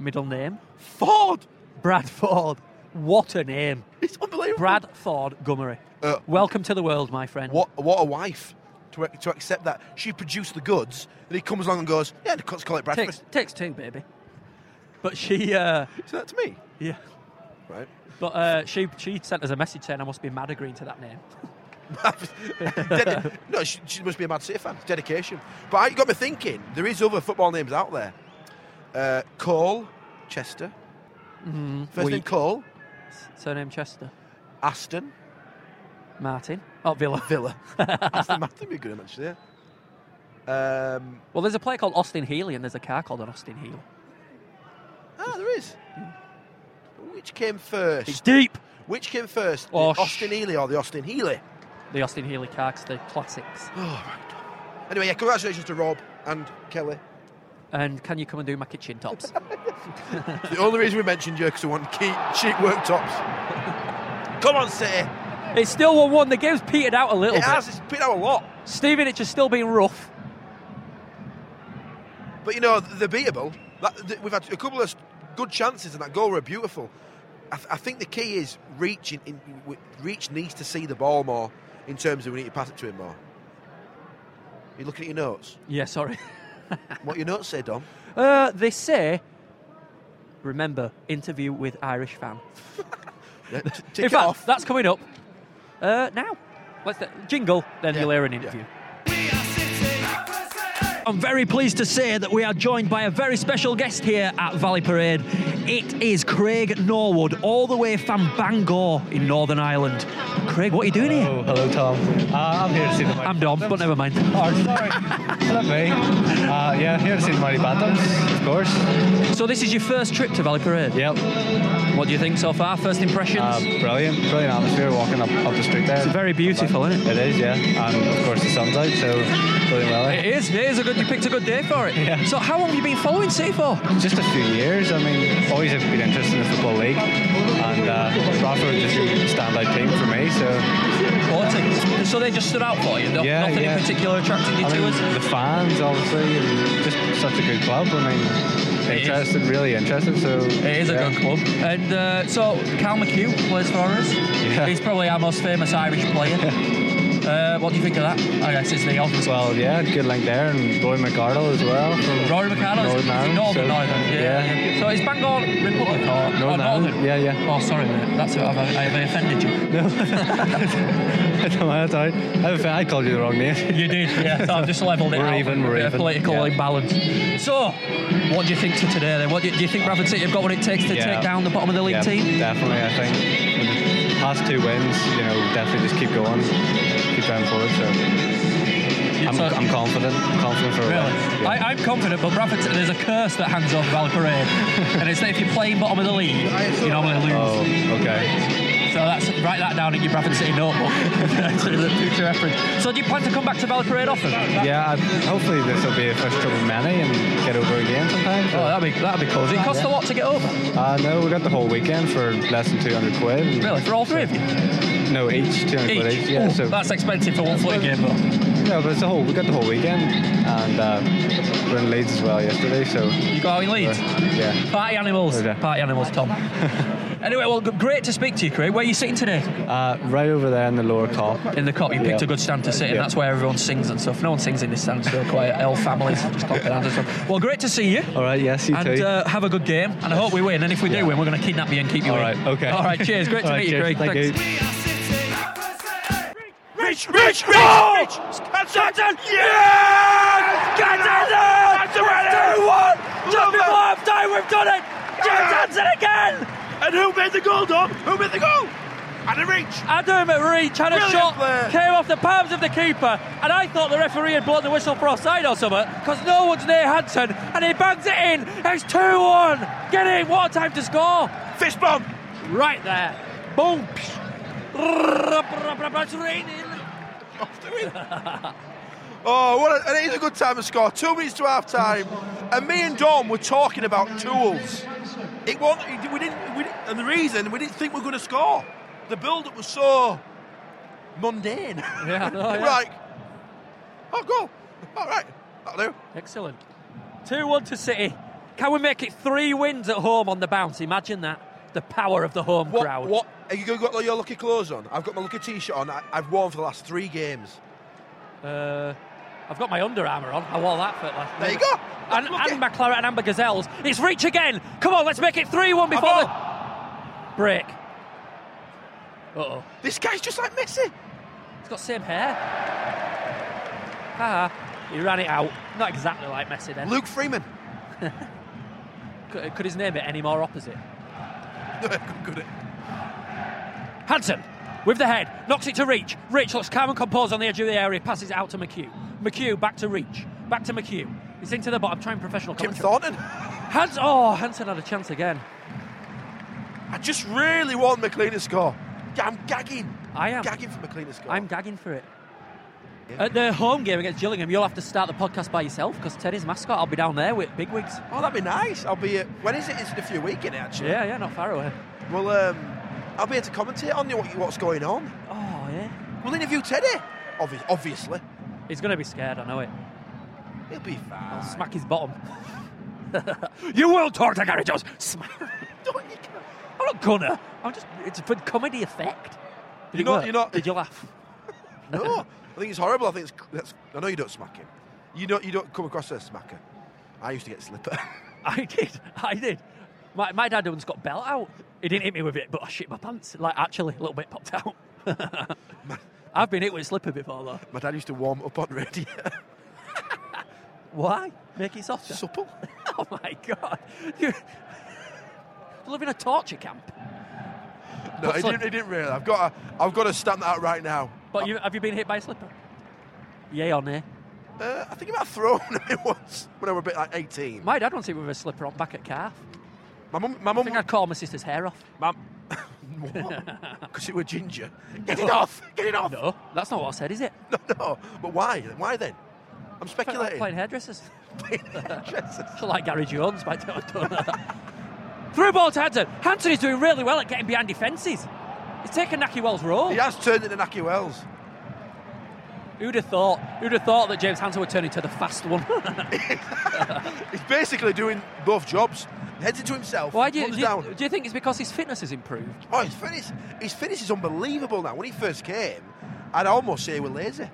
S3: Middle name?
S4: Ford!
S3: Bradford. What a name.
S4: [LAUGHS] It's unbelievable.
S3: Bradford Gummery.
S4: Uh,
S3: Welcome to the world, my friend.
S4: What, what a wife to, ac- to accept that. She produced the goods, and he comes along and goes, yeah, let's call it Brad.
S3: Takes, takes two, baby. But she, uh,
S4: So that's me.
S3: yeah.
S4: Right.
S3: But uh, she, she sent us a message saying I must be mad agreeing to that name.
S4: [LAUGHS]
S3: [LAUGHS]
S4: Dedi- no, she, she must be a Mad City fan. It's dedication. But I it got me thinking. There is other football names out there. Uh, Cole, Chester. First name
S3: Weak.
S4: Cole,
S3: Surname Chester.
S4: Aston,
S3: Martin. Oh, Villa.
S4: [LAUGHS] Villa. Aston Martin would be a good name actually. Yeah. Um,
S3: Well, there's a player called Austin Healy, and there's a car called an Austin Healy.
S4: ah, there is. Which came first?
S3: deep.
S4: Which came first? The
S3: Oh, sh-
S4: Austin Healy or the Austin Healy? Oh,
S3: The Austin Healy car, 'cause they're classics.
S4: Anyway, yeah, congratulations to Rob and Kelly.
S3: And can you come and do my kitchen tops?
S4: the only reason we mentioned you because we want cheap, cheap work tops. Come on, City.
S3: it's still 1 1. The game's petered out a little
S4: It
S3: bit.
S4: has. It's been out a lot.
S3: Stevenage has still been rough.
S4: But you know, they're beatable. That, th- we've had a couple of good chances, and that goal were beautiful. I, th- I think the key is reaching. In, w- reach needs to see the ball more in terms of we need to pass it to him more. You looking at your notes?
S3: Yeah, sorry. [LAUGHS]
S4: What your notes say, Dom? [LAUGHS]
S3: Uh, they say, remember, interview with Irish fan.
S4: Yeah, t- tick
S3: In
S4: it
S3: fact,
S4: off.
S3: that's coming up uh, now. Let's do- jingle, then
S4: Yeah,
S3: you'll hear an
S4: yeah.
S3: interview. I'm very pleased to say that we are joined by a very special guest here at Valley Parade. It is Craig Norwood, all the way from Bangor in Northern Ireland. Craig, what are you doing here?
S5: Oh, hello, Tom. Uh, I'm here to see the
S4: Oh,
S5: mighty
S3: I'm Dom, but
S5: Phantoms.
S3: never mind.
S5: Oh, sorry. Hello, me. Uh, yeah, here to see the Mighty Phantoms, of course.
S3: So this is your first trip to Valley Parade.
S5: Yep.
S3: What do you think so far? First impressions?
S5: Uh, brilliant, brilliant atmosphere walking up, up the street there.
S3: It's very beautiful, isn't
S5: It is, yeah. And of course the sun's out, so doing well. eh?
S3: It is. It is a good. You picked a good day for it.
S5: Yeah.
S3: So how long have you been following City for?
S5: Just a few years. I mean, always have been interested in the football league, and uh, Bradford just a standout team for me. So
S3: Fourteen. So they just stood out for you. No-
S5: Yeah,
S3: nothing
S5: yeah.
S3: in particular attracted you
S5: I
S3: to
S5: mean,
S3: us.
S5: the fans, obviously, and just such a good club. I mean,
S3: It is.
S5: interested, really interested. So
S3: It is a
S5: yeah.
S3: good club. And uh, so Cal McHugh plays for us.
S5: Yeah.
S3: He's probably our most famous Irish player. uh, what do you think of that? I guess it's the obvious.
S5: Well, yeah, good link there, and Roy McArdle as well. From
S3: Rory McCarroll is, is
S5: Northern
S3: it
S5: Ireland,
S3: Northern
S5: so-
S3: Ireland. Yeah, yeah.
S5: [LAUGHS]
S3: So it's Bangor Republic or
S5: Northern
S3: or
S5: Ireland,
S3: Northern?
S5: yeah, yeah.
S3: Oh, sorry, mate. That's what I've, I've offended you.
S5: No, that's all right. I, fa- I called you the wrong name.
S3: [LAUGHS] You did,
S5: [LAUGHS]
S3: yeah. So I've just levelled it
S5: We're
S3: out.
S5: even, we're
S3: Bit of
S5: even,
S3: Political
S5: yeah.
S3: imbalance. So, what do you think to today then? What do you, do you think Bradford City have got what it takes to
S5: Yeah.
S3: take down the bottom of the league
S5: yeah,
S3: team?
S5: Definitely, I think. With the Past two wins, you know, definitely just keep going, keep going forward. So I'm,
S3: So-
S5: I'm confident, confident for a
S3: Really?
S5: while. Yeah.
S3: I, I'm confident, but Bradford, City, there's a curse that hangs over Valley
S5: [LAUGHS]
S3: Parade, and it's that if you're playing bottom of the league, you normally lose.
S5: oh, okay.
S3: So that's write that down in your Bradford City notebook
S5: [LAUGHS]
S3: [LAUGHS] to the future reference. So do you plan to come back to Valley Parade often?
S5: Yeah, I, hopefully this will be a first trip of many and get over again sometime. so-
S3: Oh, that'd be that'd be cool. Does it cost a lot to get over?
S5: Uh, no, we got the whole weekend for less than 200 quid. and-
S3: Really, for all three Oh, of you?
S5: No, each 200 quid each. Yeah,
S3: Ooh,
S5: so
S3: that's expensive for one footy game, though.
S5: no, but it's the whole. We got the whole weekend, and uh, we're in Leeds as well yesterday. So uh,
S3: You go out in Leeds.
S5: yeah,
S3: Party animals.
S5: Okay. [LAUGHS]
S3: Party animals, Tom. Anyway, well, g- great to speak to you, Craig. Where are you sitting today?
S5: Uh, right over there in the lower top.
S3: In the cop, you picked
S5: Yeah.
S3: a good stand to sit in.
S5: Yeah.
S3: That's where everyone sings and stuff. No one sings in this stand, so quiet. All families just clap their hands and stuff. Well, great to see you.
S5: All right, yes, Oh, you
S3: And
S5: too.
S3: uh, have a good game. And I hope we win. And if we do win, we're going to kidnap you and keep you
S5: All
S3: in.
S5: right, okay.
S3: All right, cheers.
S5: [LAUGHS]
S3: Great to
S5: All right,
S3: meet you,
S5: cheers.
S3: Craig.
S5: Thank
S3: Thanks.
S5: you.
S4: Rich, Rich, Rich, oh! Rich, Scanton, yes! That's a winner! Love it!
S3: we've done it!
S4: James
S3: again!
S4: And who made the goal, Dom? Who made the goal? And a reach.
S3: Adam Reach had a
S4: Brilliant
S3: shot,
S4: play.
S3: came off the palms of the keeper, and I thought the referee had blown the whistle for offside or something, because no one's near Hanson, and he bangs it in. It's 2 1. Get in, what a time to score!
S4: Fist bump.
S3: Right there. Boom! It's raining.
S4: Off the wing. oh, what a, it is a good time to score. Two minutes to half time. And me and Dom were talking about tools. It was we didn't, we didn't and the reason we didn't think we were going to score. The build-up was so mundane.
S3: Yeah, no,
S4: [LAUGHS] We're
S3: yeah.
S4: like, oh, go. All right, that'll do.
S3: Excellent. 2 1 to City. Can we make it three wins at home on the bounce? Imagine that. The power of the home
S4: What?
S3: crowd.
S4: What? Have you got your lucky clothes on? I've got my lucky t-shirt on. I, I've worn for the last three games.
S3: Uh, I've got my Under Armour on. I wore that for last
S4: There you go.
S3: And,
S4: Look
S3: and
S4: it.
S3: my Claret and Amber Gazelles. It's reach again. Come on, let's make it 3 1 before
S4: Come
S3: the break. Uh oh.
S4: This guy's just like Messi.
S3: He's got same hair. Ah, he ran it out. Not exactly like Messi then.
S4: Luke
S3: [LAUGHS]
S4: Freeman.
S3: Could, could his name be any more opposite?
S4: good, good.
S3: Hanson, with the head, knocks it to Reach. Reach looks calm and composed on the edge of the area, passes it out to McHugh. McHugh back to Reach, back to McHugh. He's into the bottom, trying professional
S4: Tim
S3: commentary.
S4: Thornton.
S3: Hans, oh, Hanson had a chance again.
S4: I just really want McLean to score. Yeah, I'm gagging.
S3: I am.
S4: Gagging for McLean to score.
S3: I'm gagging for it. At the home game against Gillingham, you'll have to start the podcast by yourself because Teddy's mascot. I'll be down there with big wigs.
S4: oh, that'd be nice. I'll be. Uh, when is it? It's in a few weeks, is actually?
S3: Yeah, yeah, not far away.
S4: Well, um, I'll be here to commentate on you what, what's going on.
S3: Oh, yeah.
S4: We'll interview Teddy. Obvi- obviously,
S3: He's going to be scared, I know it.
S4: he'll be
S3: [LAUGHS]
S4: fine.
S3: Smack his bottom. you will talk to Gary Jones. Smack. [LAUGHS]
S4: Don't you go-
S3: I'm not gonna. I'm just. It's for comedy effect.
S4: You're
S3: Did it
S4: not-
S3: work?
S4: you're not-
S3: Did you laugh?
S4: No, I think it's horrible. I think it's. That's, I know you don't smack him. You don't. You don't come across as a smacker. I used to get slipper.
S3: I did. I did. My, my dad once got belt out. He didn't hit me with it, but I shit my pants. Like actually, a little bit popped out. [LAUGHS] I've been hit with a slipper before though.
S4: [LAUGHS] My dad used to warm up on radio.
S3: Why? Make it softer.
S4: Supple.
S3: [LAUGHS] oh my god! You live in a torture camp.
S4: No, he
S3: What's like-
S4: didn't, he didn't really. I've got. To, I've got to stamp that out right now.
S3: But you, have you been hit by a slipper? Yay or nay?
S4: Uh, I think about thrown [LAUGHS] it once when I was a bit like 18.
S3: My dad once hit me with a slipper on back at calf.
S4: My mum, my
S3: I
S4: mum,
S3: think I called my sister's hair off.
S4: mum, [LAUGHS] because it were
S3: [LAUGHS]
S4: ginger. Get it off! Get it off! No,
S3: No, that's not what I said, is it?
S4: [LAUGHS] no. But why? Why then? I'm
S3: Playing- like
S4: speculating.
S3: playing hairdressers.
S4: [LAUGHS] Jesus.
S3: Sort of [LAUGHS] like Gary Jones by Taylor [LAUGHS] Through ball to Hanson. Hanson is doing really well at getting behind defences. He's taken Naki Wells' role.
S4: he has turned into Naki Wells.
S3: Who'd have thought? Who'd have thought that James Hanson would turn into the fast one?
S4: He's basically doing both jobs. Heads into himself.
S3: Why do you,
S4: runs
S3: do, you,
S4: down.
S3: do you think it's because his fitness has improved?
S4: Oh, his finish! His finish is unbelievable now. When he first came, I'd almost say he were lazy.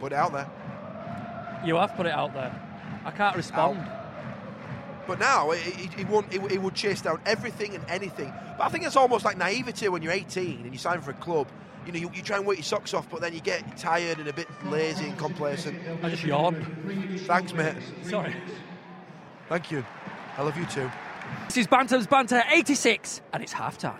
S4: Put it out there.
S3: You have put it out there. I can't respond.
S4: But now he, he, he, won't, he, he would chase down everything and anything. But I think it's almost like naivety when you're 18 and you sign for a club. You know, you, you try and work your socks off, but then you get tired and a bit lazy and complacent.
S3: I just yawned.
S4: Thanks, mate.
S3: [LAUGHS] Sorry.
S4: Thank you. I love you too.
S3: This is Bantam's Banter 86, and it's half time.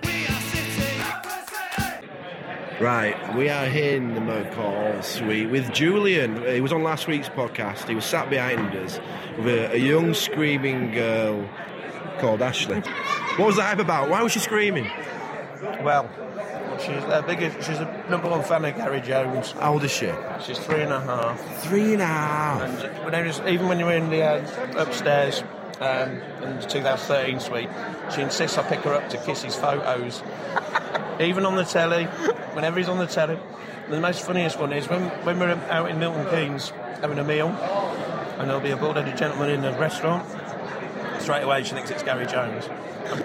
S6: Right, we are here in the Mercor Suite with Julian. He was on last week's podcast. He was sat behind us with a, a young screaming girl called Ashley. What was the hype about? Why was she screaming?
S7: Well, she's the biggest. She's the number one fan of Gary Jones.
S6: How old is she?
S7: She's three and a half.
S6: Three and a half.
S7: And when I was, even when you were in the uh, upstairs um, in the 2013 suite, she insists I pick her up to kiss his photos. even on the telly, whenever he's on the telly. And the most funniest one is when when we're out in Milton Keynes having a meal, and there'll be a bald-headed gentleman in the restaurant. straight away she thinks it's Gary Jones.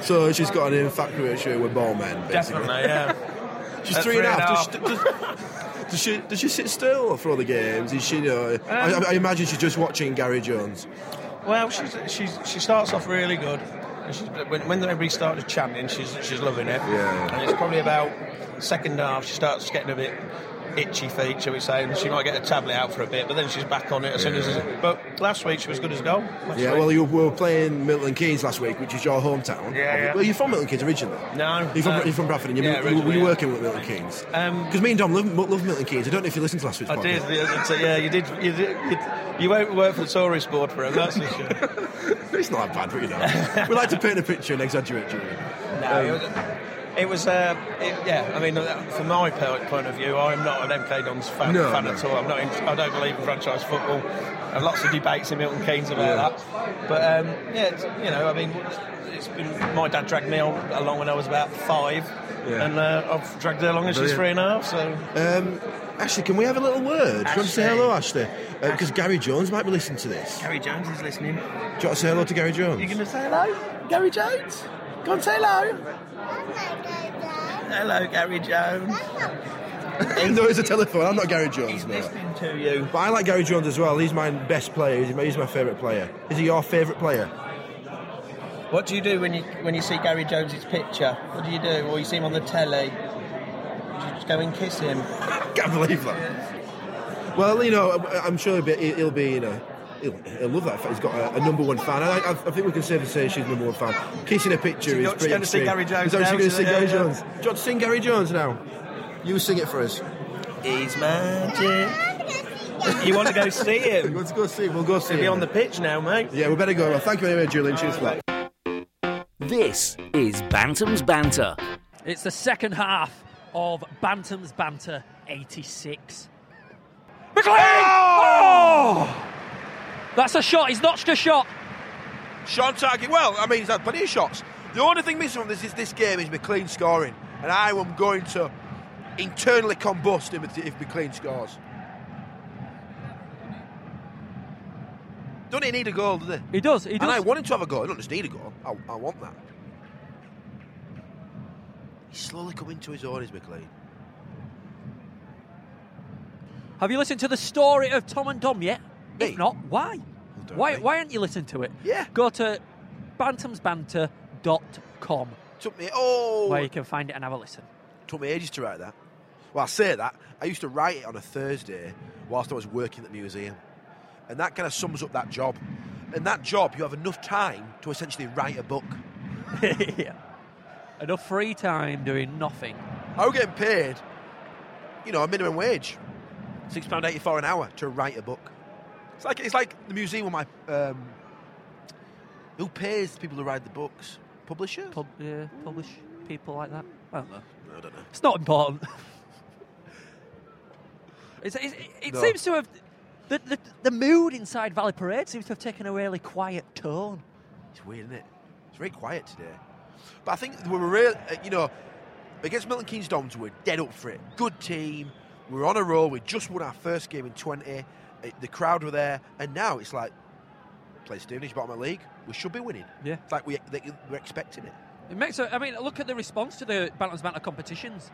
S6: So she's got an infatuation with ball men. Basically.
S7: Definitely, yeah.
S6: She's
S7: At
S6: three and a half. Does, does- does she, does she sit still for all the games? Is she? You know, I,
S7: Um,
S6: I- I imagine she's just watching Gary Jones.
S7: Well, she's, she's, she starts off really good. And she's, when, when everybody started chanting, she's, she's loving it.
S6: Yeah.
S7: And it's probably about second half, she starts getting a bit itchy feet, shall we say, and she might get a tablet out for a bit, but then she's back on it as soon as. But last week she was good as gold. Last
S6: Yeah,
S7: week.
S6: well, you were playing Milton Keynes last week, which is your hometown.
S7: Yeah, yeah.
S6: Well, you're from Milton Keynes originally.
S7: No,
S6: You're from,
S7: no.
S6: you're from Bradford, and you're,
S7: Yeah,
S6: you, were
S7: originally,
S6: you
S7: yeah.
S6: working with Milton Keynes?
S7: Um,
S6: Because me and Dom love, love Milton Keynes. I don't know if you listened to last week's
S7: I
S6: podcast.
S7: did. the other t- Yeah, you did. You did. You, you won't work for the tourist board for him, that's for sure.
S6: It's not that bad, but
S7: [LAUGHS]
S6: you know. we like to paint a picture and exaggerate, do
S7: No, it was. It was uh, it, yeah, I mean, uh, from my po- point of view, I'm not an MK Dons fan,
S6: No,
S7: fan
S6: no.
S7: at all. I'm not. In, I don't believe in franchise football. And lots of debates in Milton Keynes about
S6: Yeah.
S7: that. But um, yeah, it's, you know, I mean, it's been my dad dragged me on along when I was about five,
S6: Yeah.
S7: and uh, I've dragged her along, and she's three and
S6: Brilliant.
S7: a half. So
S6: Um, Ashley, can we have a little word? Do you want to say
S7: Ashley.
S6: hello, Ashley? Because Gary Jones might be listening to this.
S7: Gary Jones is listening.
S6: Do you want to say hello to Gary Jones?
S7: You gonna say hello, Gary Jones? Go on, say hello. Hello, Gary Jones.
S6: [LAUGHS] no, it's a telephone. I'm not Gary Jones,
S7: He's
S6: mate.
S7: listening to you.
S6: But I like Gary Jones as well. He's my best player. He's my, he's my favourite player. Is he your favourite player? [LAUGHS]
S7: What do you do when you when you see Gary Jones's picture? What do you do? Or you see him on the telly? Do you just go and kiss him?
S6: Can't believe that. Well, you know, I- I'm sure he'll be, he'll be you know, he'll, he'll love that. fact He's got a, a number one fan. I, I, I think we can safely say she's number one fan. Kissing a picture
S7: She's
S6: is
S7: not- she's
S6: pretty
S7: gonna sing Gary
S6: extreme.
S7: Jones
S6: Is that what
S7: now,
S6: she's going to
S7: she's
S6: sing
S7: gonna-
S6: Gary
S7: yeah, yeah.
S6: Jones. Do you want to sing Gary Jones now? You sing it for us.
S7: He's magic. you want to go see him?
S6: Let's go see. We'll go see.
S7: He'll be
S6: him.
S7: on the pitch now, mate.
S6: Yeah, we better go. Well, thank you anyway, Julian. Cheers for that.
S1: This is Bantam's Banter.
S3: It's the second half of Bantam's Banter 86. McLean! Oh! That's a shot. He's notched a shot.
S4: Sean Target, well, I mean, he's had plenty of shots. The only thing missing from this is this game is McLean scoring, and I am going to internally combust him if- if McLean scores. Don't he need a goal, does he?
S3: He does. He
S4: And I
S3: does.
S4: want him to have a goal. I don't just need a goal. I, I want that. He's slowly coming to his own, is McLean.
S3: Have you listened to the story of Tom and Dom yet?
S4: Me?
S3: If not, why?
S4: don't
S3: Why,
S4: know.
S3: why aren't you listening to it?
S4: Yeah.
S3: Go to bantamsbanter.com
S4: Took me oh,
S3: where you can find it and have a listen. [LAUGHS]
S4: took me ages to write that. Well, I say that. I used to write it on a Thursday whilst I was working at the museum. And that kind of sums up that job. And that job, you have enough time to essentially write a book.
S3: yeah. Enough free time doing nothing.
S4: I was getting paid, you know, a minimum wage, £6.84 an hour to write a book. It's like, it's like the museum with my. Um, who pays the people who write the books? Publishers?
S3: Pub, yeah, publish people like that. I don't know.
S4: No, I don't know.
S3: It's not important. [LAUGHS] it's, it's, it
S4: No.
S3: seems to have. The, the, the mood inside Valley Parade seems to have taken a really quiet tone.
S4: It's weird, isn't it? It's very quiet today. But I think we were real, uh, you know, against Milton Keynes Dons, we were dead up for it. Good team. We were on a roll. We just won our first game in 20. Uh, The crowd were there. And now it's like, play Stevenage, bottom of the league. We should be winning.
S3: Yeah.
S4: It's like we, they, we're expecting it.
S3: It makes. A, I mean, look at the response to the Bantam's Banter competitions.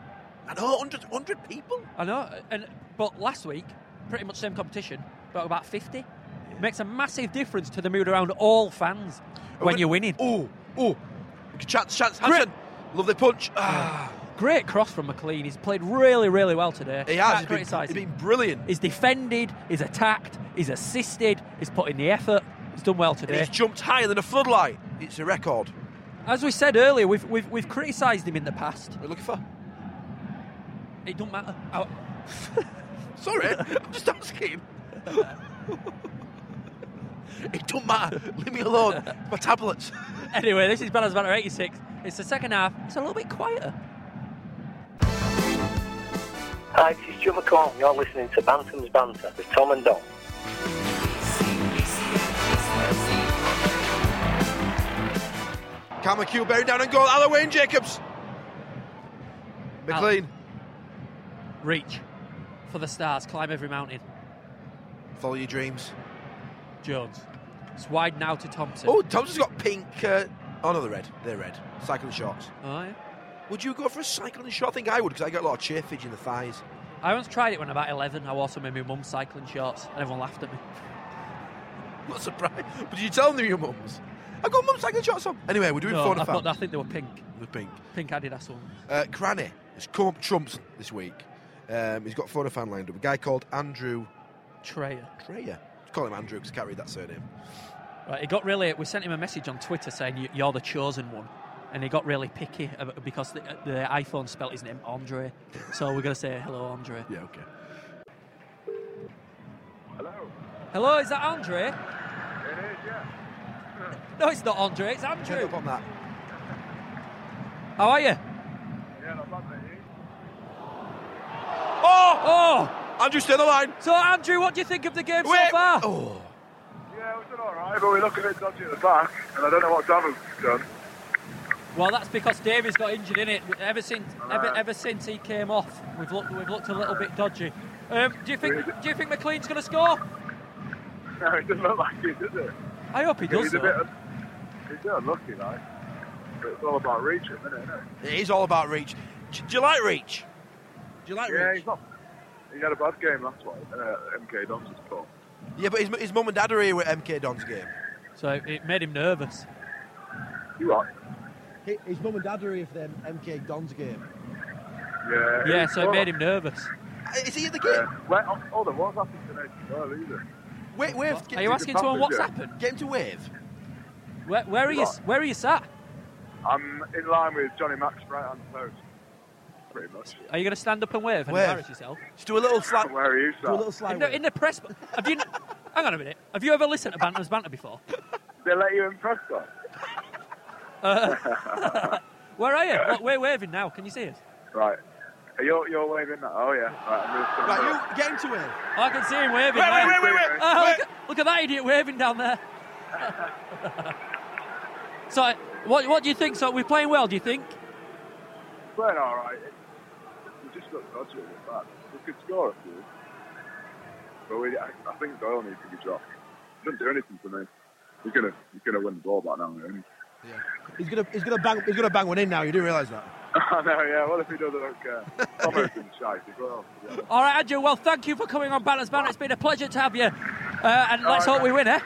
S4: I know, 100, 100 oh, people.
S3: I know, and but last week, pretty much same competition, but about fifty. Makes a massive difference to the mood around all fans when you're winning.
S4: Oh, oh. Chance, chance, Hansen. Lovely punch. Ah,
S3: Great cross from McLean. He's played really, really well today.
S4: he has.
S3: Can't
S4: He's been-
S3: criticise
S4: he's
S3: him.
S4: been brilliant.
S3: He's defended, he's attacked, he's assisted, he's put in the effort. He's done well
S4: And
S3: today.
S4: he's jumped higher than a floodlight. It's a record.
S3: As we said earlier, we've, we've, we've criticised him in the past. Oh,
S4: We're looking for.
S3: It doesn't matter. I,
S4: Sorry, I'm just asking. [LAUGHS] it don't matter. Leave me alone. It's my tablets.
S3: anyway, this is Balance Banter 86. It's the second half. It's a little bit quieter.
S8: Hi, this is Joe McCall. and You're listening to Bantam's Banter with Tom and Don.
S4: Cameron Q buried down and goal. Alan Wayne Jacobs. McLean.
S3: Reach for the stars, climb every mountain.
S4: Follow your dreams.
S3: Jones. It's wide now to Thompson.
S4: Oh, Thompson's got pink. Uh, oh no, they're red. They're red. Cycling shorts.
S3: Oh, yeah.
S4: Would you go for a cycling short? I think I would because I get a lot of chafage in the thighs. [LAUGHS]
S3: I once tried it when I was about 11. I wore some of my mum's cycling shorts and everyone laughed at me.
S4: I'm not surprised. But did you tell them your mums? I got mum cycling shorts on. Anyway, we're doing
S3: No,
S4: four and
S3: I,
S4: a
S3: thought, I
S4: half.
S3: think they were pink.
S4: The pink.
S3: Pink Adidas ones.
S4: Uh, Cranny has come up trumps this week. Um, he's got four and a fan lined up. A guy called Andrew
S3: Trayer.
S4: Treyer. Call him Andrew because I can't read that surname.
S3: Right, he got really. We sent him a message on Twitter saying "You- you're the chosen one, and he got really picky ab- because the, the iPhone spelt his name Andre. So we're gonna say hello, Andre.
S4: Yeah, okay.
S3: Hello, is that Andre? It is, yeah. No, it's not Andre. It's
S4: Turn
S3: Andrew.
S4: up on that.
S3: How are you? Yeah, Oh, oh!
S4: Andrew's still on the line.
S3: So Andrew, what do you think of the game so
S4: Wait.
S3: far?
S4: Oh.
S9: Yeah, we've done all right, but we look a bit dodgy at the back, and I don't know what Darren's done.
S3: Well, that's because Davies got injured in it. Ever since, ever, ever since he came off, we've looked, we've looked a little bit dodgy. Um, do you think, do you think McLean's going to score?
S9: No, it doesn't look like it, does it?
S3: I hope he does.
S9: He's a
S3: though.
S9: bit, he's a bit unlucky, like. But it's all about reaching, isn't it? Isn't it?
S4: It is all about reach. Do, do you like reach? Do you like
S9: Yeah,
S4: reach?
S9: he's not. He had a bad game last one. Uh, MK Dons was poor.
S4: Yeah, but his, mu- his mum and dad are here with MK Don's game.
S3: So it made him nervous.
S9: You what?
S6: His mum and dad are here for them MK Don's game.
S9: Yeah.
S3: Yeah, so it made him nervous.
S4: Uh, Is he at the game?
S9: Yeah. oh, Well, all- all there was happened today as well, either.
S4: Wait, wave. Get,
S3: Are you
S4: him
S3: asking someone what's happened?
S4: to- get him to wave.
S3: Where, where are you?
S9: Right.
S3: Where are you sat?
S9: I'm in line with Johnny Max right on the post. Pretty much.
S3: Are you going to stand up and wave and
S4: Where?
S3: embarrass yourself?
S4: Just do a little slap.
S9: Where are you, sir?
S3: In the, in the press. bo- Have you? hang on a minute. Have you ever listened to Bantam's banter before?
S9: They let you in press box?
S3: Where are you? What, we're waving now. Can you see us?
S9: Right. Are you, you're waving now? Oh, yeah. Right, I'm just gonna
S4: Right, you get him to wave.
S3: I can see him waving.
S4: Wait,
S3: now.
S4: wait, wait, wait, wait.
S3: Oh,
S4: wait.
S3: look, look at that idiot waving down there. [LAUGHS] so, what, what do you think? So, we're playing well, do you think?
S9: Playing all right. We just got dodgy at the back. We could score a few. But we, I, I think Doyle needs to be dropped. Doesn't do anything for me. He's gonna, he's gonna win the ball back now, isn't he?
S4: He's gonna, he's gonna bang, he's gonna bang one in now. You do realise that?
S9: [LAUGHS] I know, yeah. Well, if he does, I don't
S4: [LAUGHS]
S9: care. Thomas been shite as well. Yeah.
S3: All right, Andrew. Well, thank you for coming on Balance Banner. It's been a pleasure to have you. Uh, and let's
S9: All
S3: hope
S9: right,
S3: we win, eh?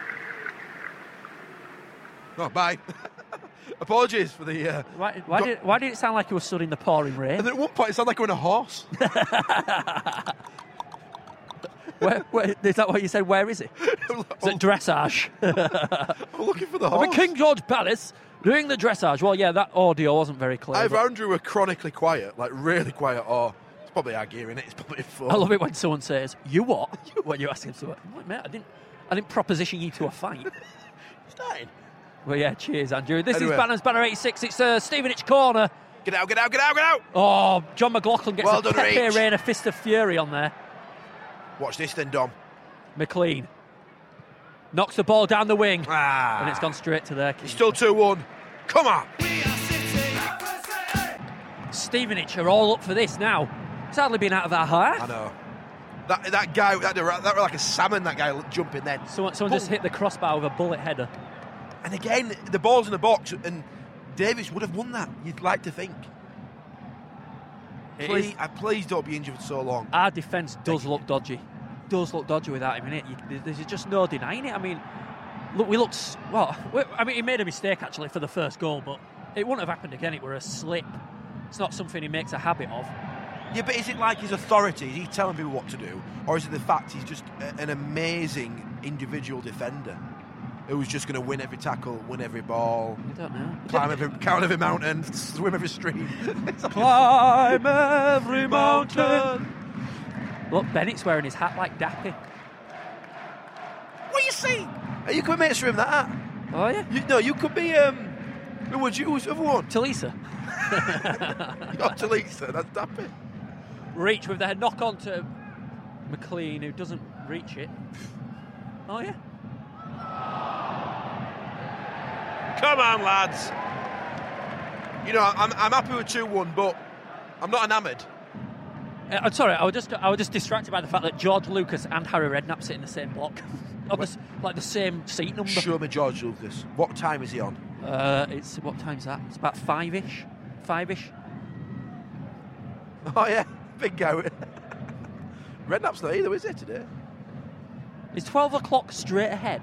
S4: Oh, bye. [LAUGHS] Apologies for the. Uh,
S3: Why, why, did, why did it sound like you were stood in the pouring rain?
S9: [LAUGHS]
S4: and then at one point, it sounded like we're on a horse. [LAUGHS]
S3: where, where, is that what you said? Where is it?
S4: I'm
S3: Is
S9: Oh.
S3: it
S9: [LAUGHS]
S3: dressage?
S4: looking for the
S3: I'm
S4: horse.
S3: at King George Palace doing the dressage. Well, yeah, that audio wasn't very clear.
S4: If
S3: but
S4: Andrew were chronically quiet, like really quiet, or it's probably our gear in it. It's probably full.
S3: I love it when someone says, "You what?" [LAUGHS] when you ask him to. I'm like, Mate, I didn't, I didn't proposition you to a fight.
S4: Starting.
S3: Well, yeah, cheers, Andrew. This
S4: Anyway.
S3: is Balance Banner 86. It's uh, Stevenage corner.
S4: Get out! Get out! Get out! Get out!
S3: Oh, John McLaughlin gets
S4: Well
S3: a
S4: done,
S3: Pepe
S4: Reach.
S3: Reign, a fist of fury on there.
S4: Watch this then, Dom.
S3: McLean knocks the ball down the wing,
S4: Ah.
S3: and it's gone straight to their keeper.
S4: Still two one. Come on.
S3: Stevenage are all up for this now. Sadly, been out of our
S4: I
S3: half.
S4: know. That that guy that that were like a salmon. That guy jumping then.
S3: Someone, someone just hit the crossbar with a bullet header.
S4: And again, the ball's in the box, and Davis would have won that. You'd like to think.
S3: It
S4: Please,
S3: is-
S4: uh, please don't be injured for so long.
S3: Our defence does look dodgy. Does look dodgy without him in it. You, there's just no denying it. I mean, look, we looked. s- Well, we, I mean, he made a mistake actually for the first goal, but it wouldn't have happened again. It were a slip. It's not something he makes a habit of.
S4: Yeah, but is it like his authority? Is he telling people what to do, or is it the fact he's just a, an amazing individual defender who's just going to win every tackle, win every ball,
S3: I don't know.
S4: climb every climb every mountain, [LAUGHS] swim every stream? [LAUGHS] It's like-
S3: Climb every mountain. Look, Bennett's wearing his hat like Dappy.
S4: what are you saying? Are you could be mates for him that?
S3: Oh yeah,
S4: You, no, you could be. Um, who would you? Who's the other one? [LAUGHS]
S3: Talisa.
S4: You're Talisa. That's dappy.
S3: Reach with the head knock on to McLean, who doesn't reach it. Oh yeah.
S4: Come on, lads. You know, I'm, I'm happy with 2 1, but I'm not enamoured.
S3: Uh, I'm sorry, I was just I was just distracted by the fact that George Lucas and Harry Redknapp sit in the same block, [LAUGHS] on the, s- like the same seat number.
S4: Show me George Lucas. What time is he on?
S3: Uh, it's what time's that? It's about five ish, five ish.
S4: [LAUGHS] Oh yeah, big [LAUGHS] guy. Redknapp's not either, is it today?
S3: Is twelve o'clock straight ahead?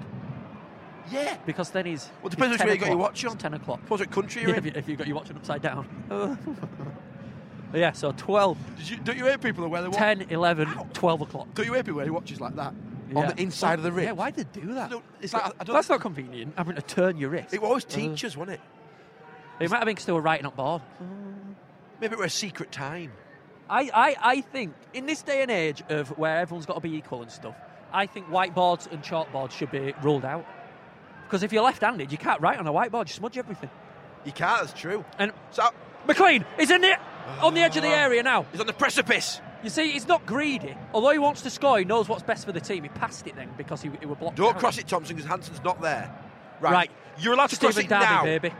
S4: Yeah.
S3: Because then he's
S4: Well, depends
S3: it's
S4: which way
S3: 10
S4: you got your
S3: o'clock.
S4: watch on.
S3: It's Ten o'clock. [LAUGHS]
S4: Suppose what country
S3: Yeah,
S4: you're
S3: if,
S4: in.
S3: you, if you've got your watch upside down. [LAUGHS] yeah, so 12,
S4: Did you, don't you hear people where they watch?
S3: 10, 11, 12 o'clock.
S4: Don't you hear people where he watches like that on
S3: Yeah. Oh,
S4: the inside of the wrist?
S3: Yeah, why did they do that?
S4: No, it's like, I- I don't-
S3: That's not convenient, having to turn your wrist.
S4: It was always teachers, wasn't it?
S3: It might have been still writing up board.
S4: Maybe it were a secret time.
S3: I, I, I think, in this day and age of where everyone's got to be equal and stuff, I think whiteboards and chalkboards should be ruled out. Because if you're left handed, you can't write on a whiteboard, you smudge everything.
S4: You can't. That's true.
S3: And
S4: So
S3: McLean is in the, on the edge of the
S4: Ah.
S3: area now.
S4: he's on the precipice.
S3: You see, he's not greedy. Although he wants to score, he knows what's best for the team. He passed it then because he, he were blocked.
S4: Don't
S3: out.
S4: cross it, Thompson, because Hanson's not there. Right.
S3: Right.
S4: You're allowed to
S3: Stephen
S4: cross it
S3: Darby,
S4: now.
S3: baby.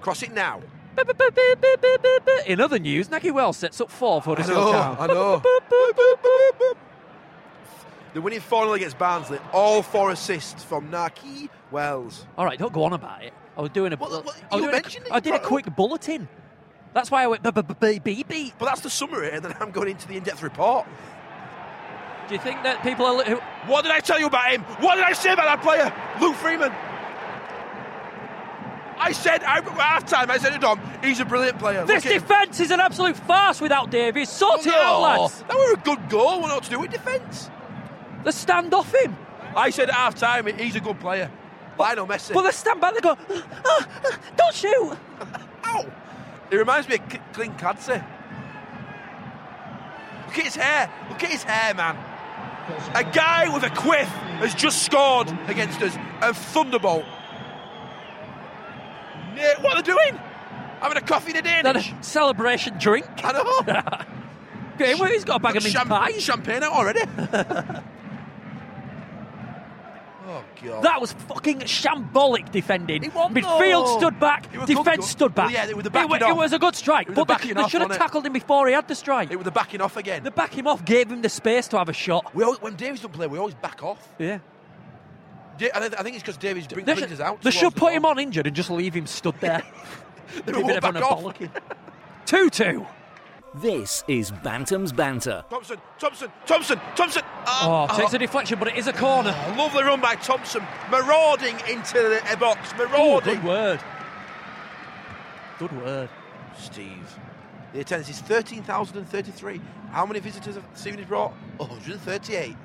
S4: Cross it now.
S3: Boop, boop, boop, boop, boop, boop, boop, boop. In other news, Nagy Wells sets up four for
S4: I
S3: Huddersfield
S4: know.
S3: Town.
S4: I know.
S3: Boop, boop, boop, boop, boop.
S4: They're winning 4 0 against Barnsley. All four assists from Naki Wells.
S3: All right, don't go on about it. I was doing a.
S4: Well, well,
S3: I was
S4: you
S3: doing a-
S4: mentioned it,
S3: I did a
S4: bro.
S3: quick bulletin. That's why I went beep, beep, beep, beep, beep.
S4: But that's the summary, and then I'm going into the in depth report.
S3: Do you think that people are. li- Who,
S4: What did I tell you about him? What did I say about that player? Luke Freeman. I said, I, at half time, I said to Dom, he's a brilliant player.
S3: this
S4: Look at him.
S3: defence is an absolute farce without Davies. Sort it out,
S4: No,
S3: lads.
S4: That were a good goal. What not to do with defence?
S3: They stand off him.
S4: I said at half time, he's a good player. Lionel Messi.
S3: But they stand back, they go, "Ah, ah, don't shoot.
S4: Ow! He reminds me of K- Clint Clancy. Look at his hair. Look at his hair, man. A guy with a quiff has just scored against us. A thunderbolt. Ne- What are they doing? Having a coffee today?
S3: Then a celebration drink. [LAUGHS]
S4: I know.
S3: Okay, well, he's got a bag of mince
S4: Champ-
S3: pie.
S4: Champagne out
S3: [LAUGHS]
S4: already. oh god.
S3: That was fucking shambolic defending.
S4: It wasn't,
S3: Midfield
S4: though.
S3: stood back,
S4: It was good go-
S3: defence stood back.
S4: Well, yeah, they were the
S3: It
S4: backing
S3: wa- it,
S4: off.
S3: was a good strike,
S4: It was the
S3: but they-
S4: backing
S3: they,
S4: off,
S3: should have
S4: wasn't it?
S3: tackled him before he had the strike.
S4: it was the backing off again.
S3: the back him off gave him the space to have a shot.
S4: we always, when Davies don't play, we always back off.
S3: Yeah.
S4: Da- I think I think it's because Davies bring,
S3: They
S4: brings us
S3: should,
S4: out.
S3: they
S4: towards
S3: should
S4: the
S3: put him
S4: ball.
S3: on injured and just leave him stood
S4: [LAUGHS]
S3: there.
S4: They
S3: Giving
S4: won't
S3: everyone
S4: back
S3: a
S4: off.
S3: bollocking. 2 2.
S1: This is Bantam's Banter.
S4: Thompson, Thompson, Thompson, Thompson. Oh,
S3: Oh,
S4: oh,
S3: takes a deflection, but it is a corner.
S4: a lovely run by Thompson, marauding into the uh, box,
S3: Oh,
S4: marauding.
S3: good word. Good word.
S4: Steve, the attendance is thirteen thousand and thirty-three. How many visitors have Stephen has brought? One hundred and thirty-eight.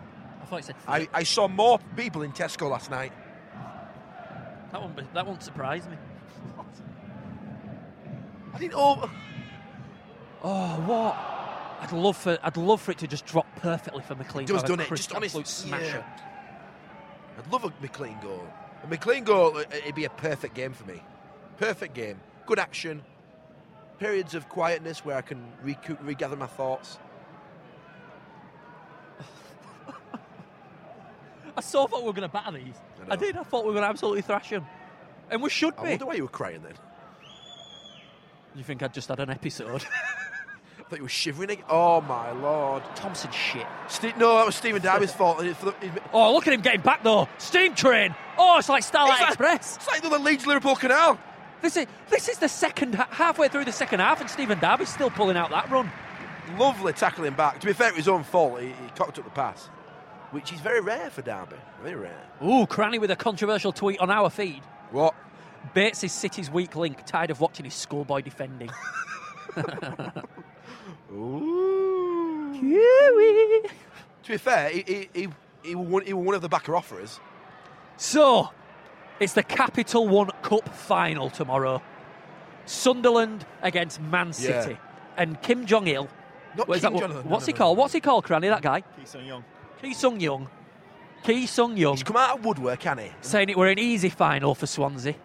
S3: I thought he said.
S4: I, I saw more people in Tesco last night.
S3: That won't, be- that won't surprise me.
S4: [LAUGHS] I didn't. Oh,
S3: Oh, what? I'd love for I'd love for it to just drop perfectly for McLean.
S4: Just
S3: Have a
S4: done it,
S3: crisp,
S4: just honest-
S3: absolute smasher.
S4: I'd love a McLean goal. A McLean goal, it- it'd be a perfect game for me. Perfect game. Good action. Periods of quietness where I can recoup, regather my thoughts.
S3: I so thought we were going to batter these.
S4: I
S3: I,
S4: know.
S3: did. I thought we were going to absolutely thrash them, and we should
S4: I
S3: be.
S4: wonder why you were crying then.
S3: You think I'd just had an episode? [LAUGHS]
S4: I thought you were shivering again. Oh my lord.
S3: Thompson shit.
S4: Ste- no, that was Stephen Darby's fault. And it- for the- it-
S3: Oh, look at him getting back though. Steam train. Oh, it's like Starlight
S4: It's like-
S3: Express.
S4: It's like the Leeds Liverpool Canal.
S3: This is this is the second ha- halfway through the second half, and Stephen Darby's still pulling out that run.
S4: Lovely tackling back. To be fair, it was his own fault. He, he cocked up the pass, which is very rare for Derby. Very rare.
S3: Ooh, Cranny with a controversial tweet on our feed.
S4: What?
S3: Bates is City's weak link. Tired of watching his
S4: [LAUGHS]
S3: schoolboy defending.
S4: Ooh.
S3: Huey.
S4: To be fair, he, he, he, he, was one, he was one of the backer offerers.
S3: So, it's the Capital One Cup final tomorrow. Sunderland against Man
S4: Yeah.
S3: City. And Kim Jong Il.
S4: Not Kim Jong-un, no,
S3: What's
S4: no,
S3: he
S4: no.
S3: called? What's he called, Cranny, that guy? Ki Sung Young. Ki Sung Young
S4: He's come out of woodwork, can he?
S3: saying it were an easy final for Swansea. Who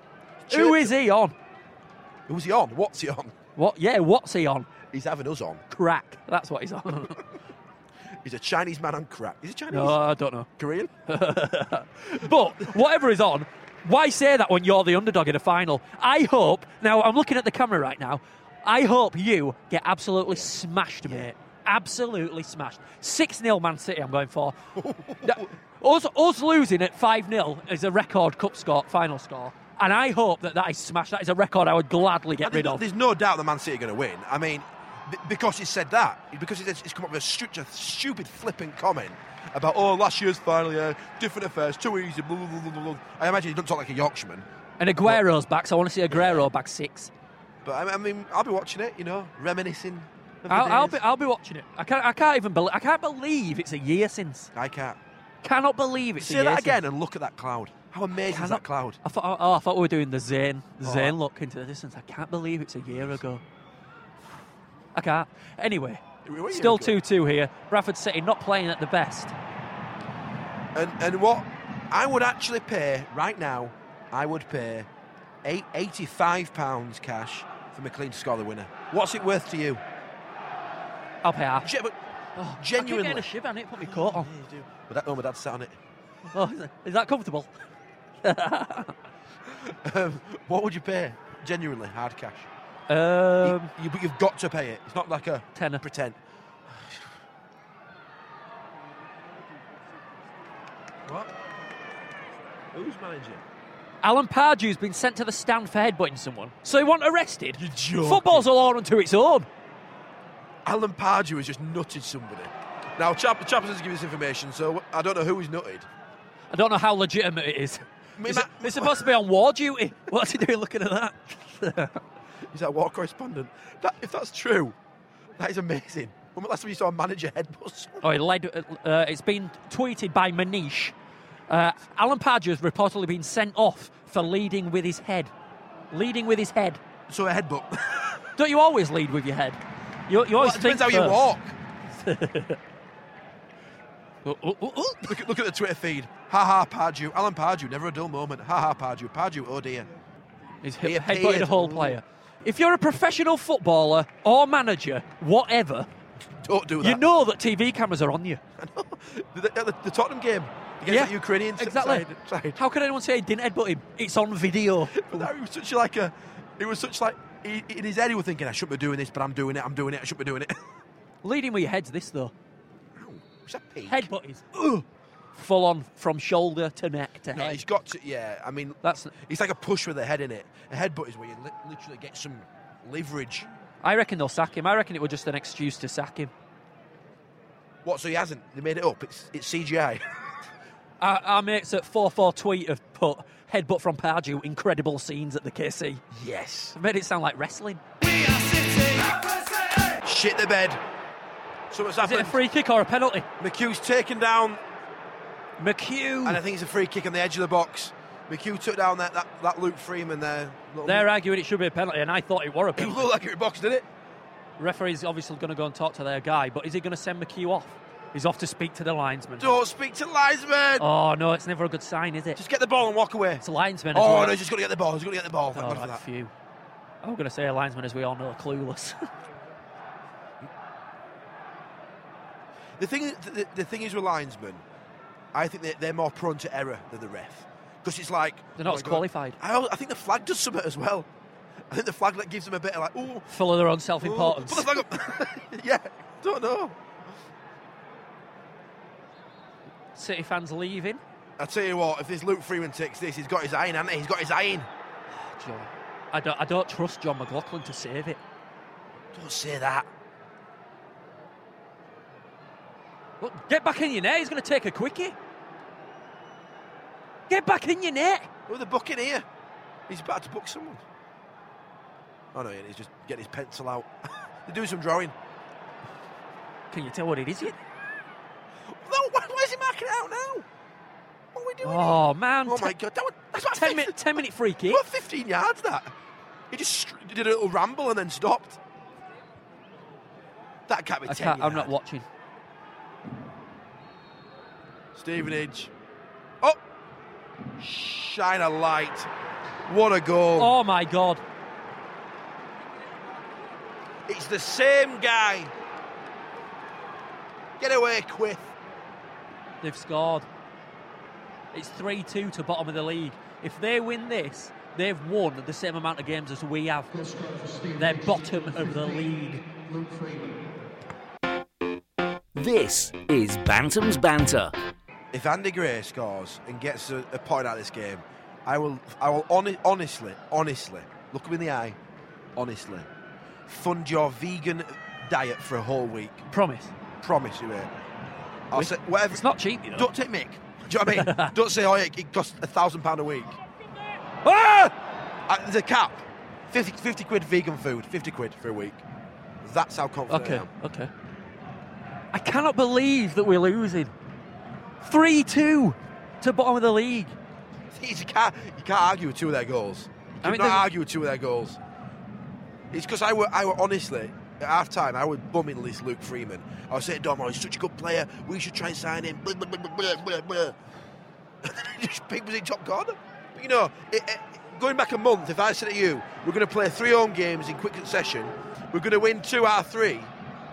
S4: Chirped
S3: is he on?
S4: Who's he on? What's he on?
S3: What? Yeah, what's he on?
S4: He's having us on.
S3: Crack. That's what he's on. [LAUGHS]
S4: He's a Chinese man on crack. Is he Chinese?
S3: no, I don't know.
S4: Korean?
S3: But whatever is on, why say that when you're the underdog in a final? I hope. Now I'm looking at the camera right now. I hope you get absolutely smashed, mate. absolutely smashed. 6 0 Man City, I'm going for. Now, us, us losing at 5 0 is a record cup score, final score. And I hope that that is smashed. That is a record I would gladly get
S4: And there's,
S3: rid
S4: no,
S3: of.
S4: there's no doubt that Man City are going to win. I mean, b- because he said that, because he said he's come up with a stu- a stupid, flippant comment about, oh, last year's final, yeah, different affairs, too easy, blah, blah, blah, blah, blah. I imagine he doesn't talk like a Yorkshireman.
S3: And Aguero's back, so I want to see Aguero back six.
S4: But I I mean, I'll be watching it, you know, reminiscing. of the
S3: I'll, I'll be
S4: days.
S3: I'll be watching it. I can't I can't even believe I can't believe it's a year since.
S4: I can't.
S3: Cannot believe it's a
S4: Say
S3: year
S4: that
S3: since.
S4: again and look at that cloud. How amazing is that
S3: Cannot-
S4: cloud?
S3: I thought oh, I thought we were doing the Zane the
S4: Oh.
S3: Zane look into the distance. I can't believe it's a year ago. I can't. Anyway,
S4: Were you
S3: still
S4: okay?
S3: two two here. Bradford City not playing at the best.
S4: And and what I would actually pay right now, I would pay eight, 85 pounds cash for McLean to score the winner. What's it worth to you?
S3: I'll pay half.
S4: Ge- but
S3: Oh, I keep getting
S4: genuinely.
S3: a shiver. I need to put my coat on.
S4: But that, oh, my dad sat on it.
S3: Oh, is that- is that comfortable?
S4: Um, [LAUGHS] what would you pay? Genuinely, hard cash. You-
S3: Um,
S4: you, but you've got to pay it. It's not like a
S3: Tenner.
S4: pretend. what? Who's managing?
S3: Alan Pardew's been sent to the stand for headbutting someone, so he wasn't arrested.
S4: You're joking.
S3: Football's a law unto its own.
S4: Alan Pardew has just nutted somebody. Now, Chap- Chappers has given this information, so I don't know who he's nutted.
S3: I don't know how legitimate it is.
S4: Me-
S3: Is
S4: ma-
S3: it- it's supposed to be on war duty. [LAUGHS] What's he doing looking at that? [LAUGHS]
S4: Is that war correspondent? That, if that's true, that is amazing. When was the last time you saw a manager headbutt [LAUGHS] someone?
S3: oh, he led, uh, it's been tweeted by Manish. Uh, Alan Pardew has reportedly been sent off for leading with his head. Leading with his head.
S4: So a headbutt.
S3: Don't you always lead with your head? You, you
S4: Well,
S3: always
S4: it depends how
S3: think
S4: you
S3: first.
S4: walk.
S3: Oh, oh, oh, oh.
S4: Look at, look at the Twitter feed. Ha ha, Pardew. Alan Pardew, never a dull moment. Ha ha, Pardew. Pardew, oh dear.
S3: He's
S4: He
S3: he headbutted
S4: appeared.
S3: a whole player. If you're a professional footballer or manager, whatever,
S4: Don't do that.
S3: you know that TV cameras are on you.
S4: [LAUGHS] the, the, the Tottenham game against that Ukrainian s-
S3: exactly.
S4: side. side.
S3: How could anyone say he didn't headbutt him? It's on video.
S4: But that was such like a. It was such like he, in his head he was thinking, I shouldn't be doing this, but I'm doing it. I'm doing it. I shouldn't be doing it. [LAUGHS]
S3: Leading with your heads, this though.
S4: was that peak?
S3: Headbutt is ugh, full on from shoulder to neck to
S4: No,
S3: head.
S4: he's got to. Yeah, I mean,
S3: That's.
S4: it's like a push with the head in it. A headbutt is where you li- literally get some leverage.
S3: I reckon they'll sack him. I reckon it was just an excuse to sack him.
S4: What? So he hasn't? They made it up. It's it's CGI.
S3: Our, our mates at 44 tweet have put headbutt from Pardew, incredible scenes at the KC.
S4: [LAUGHS] yes.
S3: Made it sound like wrestling.
S4: Shit the bed. So what's
S3: Is it a
S4: happened?
S3: free kick or a penalty?
S4: McHugh's taken down,
S3: McHugh.
S4: and I think it's a free kick on the edge of the box. McHugh took down that that, that Luke Freeman there. Little-
S3: They're arguing it should be a penalty, and I thought it were a
S4: It [LAUGHS]
S3: penalty.
S4: looked like it was box, did it?
S3: Referee's obviously going to go and talk to their guy, but is he going to send McHugh off? He's off to speak to the linesman.
S4: Don't speak to linesman.
S3: Oh no, it's never a good sign, is it?
S4: Just get the ball and walk away.
S3: It's a linesman. as
S4: Oh
S3: well.
S4: no, he's just got to get the ball. He's got to get the ball. Thank
S3: Oh,
S4: God for
S3: like
S4: that.
S3: few. I'm going to say a linesman, as we all know, are clueless. [LAUGHS]
S4: The thing, is- the, the thing is with linesmen, I think they're, they're more prone to error than the ref because it's like
S3: They're not
S4: oh my
S3: as
S4: God.
S3: qualified.
S4: I, al- I think the flag does something as well. I think the flag like, gives them a bit of like, ooh, ooh,
S3: Full of their own
S4: put
S3: self-importance.
S4: the flag up. [LAUGHS] yeah, don't know.
S3: City fans leaving.
S4: I tell you what, if this Luke Freeman takes this, he's got his eye in, hasn't he? He's got his eye in.
S3: John, I don't, I don't trust John McLaughlin to save it.
S4: Don't say that.
S3: Look, get back in your net. He's going to take a quickie. Get back in your net.
S4: Oh, the bucking here. He's about to book someone. Oh no, he ain't. he's just getting his pencil out. [LAUGHS] They're doing some drawing.
S3: Can you tell what it is yet?
S4: No, why, why is he marking it out now? What are we doing? here?
S3: Oh man!
S4: Oh my
S3: Ten-
S4: god, that was that's about 10
S3: ten minute,
S4: minutes.
S3: ten minute free kick.
S4: About 15 yards that. He just str- did a little ramble and then stopped. That can't be
S3: I
S4: 10
S3: can't, I'm not
S4: yard.
S3: watching.
S4: Stevenage. Oh! Shine a light. What a goal.
S3: Oh my god!
S4: It's the same guy. Get away, Quiff.
S3: They've scored. It's three two to bottom of the league. If they win this, they've won the same amount of games as we have. They're bottom of the league.
S1: This is Bantam's Banter.
S4: If Andy Gray scores and gets a, a point out of this game, I will, I will hon- honestly, honestly, look him in the eye, honestly, fund your vegan diet for a whole week.
S3: Promise.
S4: Promise you, mate. I'll say, whatever.
S3: It's not cheap, you know.
S4: Don't take Mick. Do you know what [LAUGHS] I mean? Don't say, oh, it, it costs a thousand pound a week. Ah! Uh, there's a cap. 50, 50 quid vegan food, 50 quid for a week. That's how confident
S3: Okay,
S4: I am.
S3: okay. I cannot believe that we're losing. 3 2 to bottom of the league.
S4: [LAUGHS] You can't, you can't argue with two of their goals. You
S3: I mean,
S4: cannot
S3: there's-
S4: argue with two of their goals. It's because I were, I were honestly, at half time, I was bumming this Luke Freeman. I was saying, Domo, "Oh, he's such a good player. We should try and sign him. [LAUGHS] Blah, blah, blah, blah, blah, blah, blah. And then he just picked us in top corner. But you know, it, it, going back a month, if I said to you, we're going to play three home games in quick succession, we're going to win two out of three,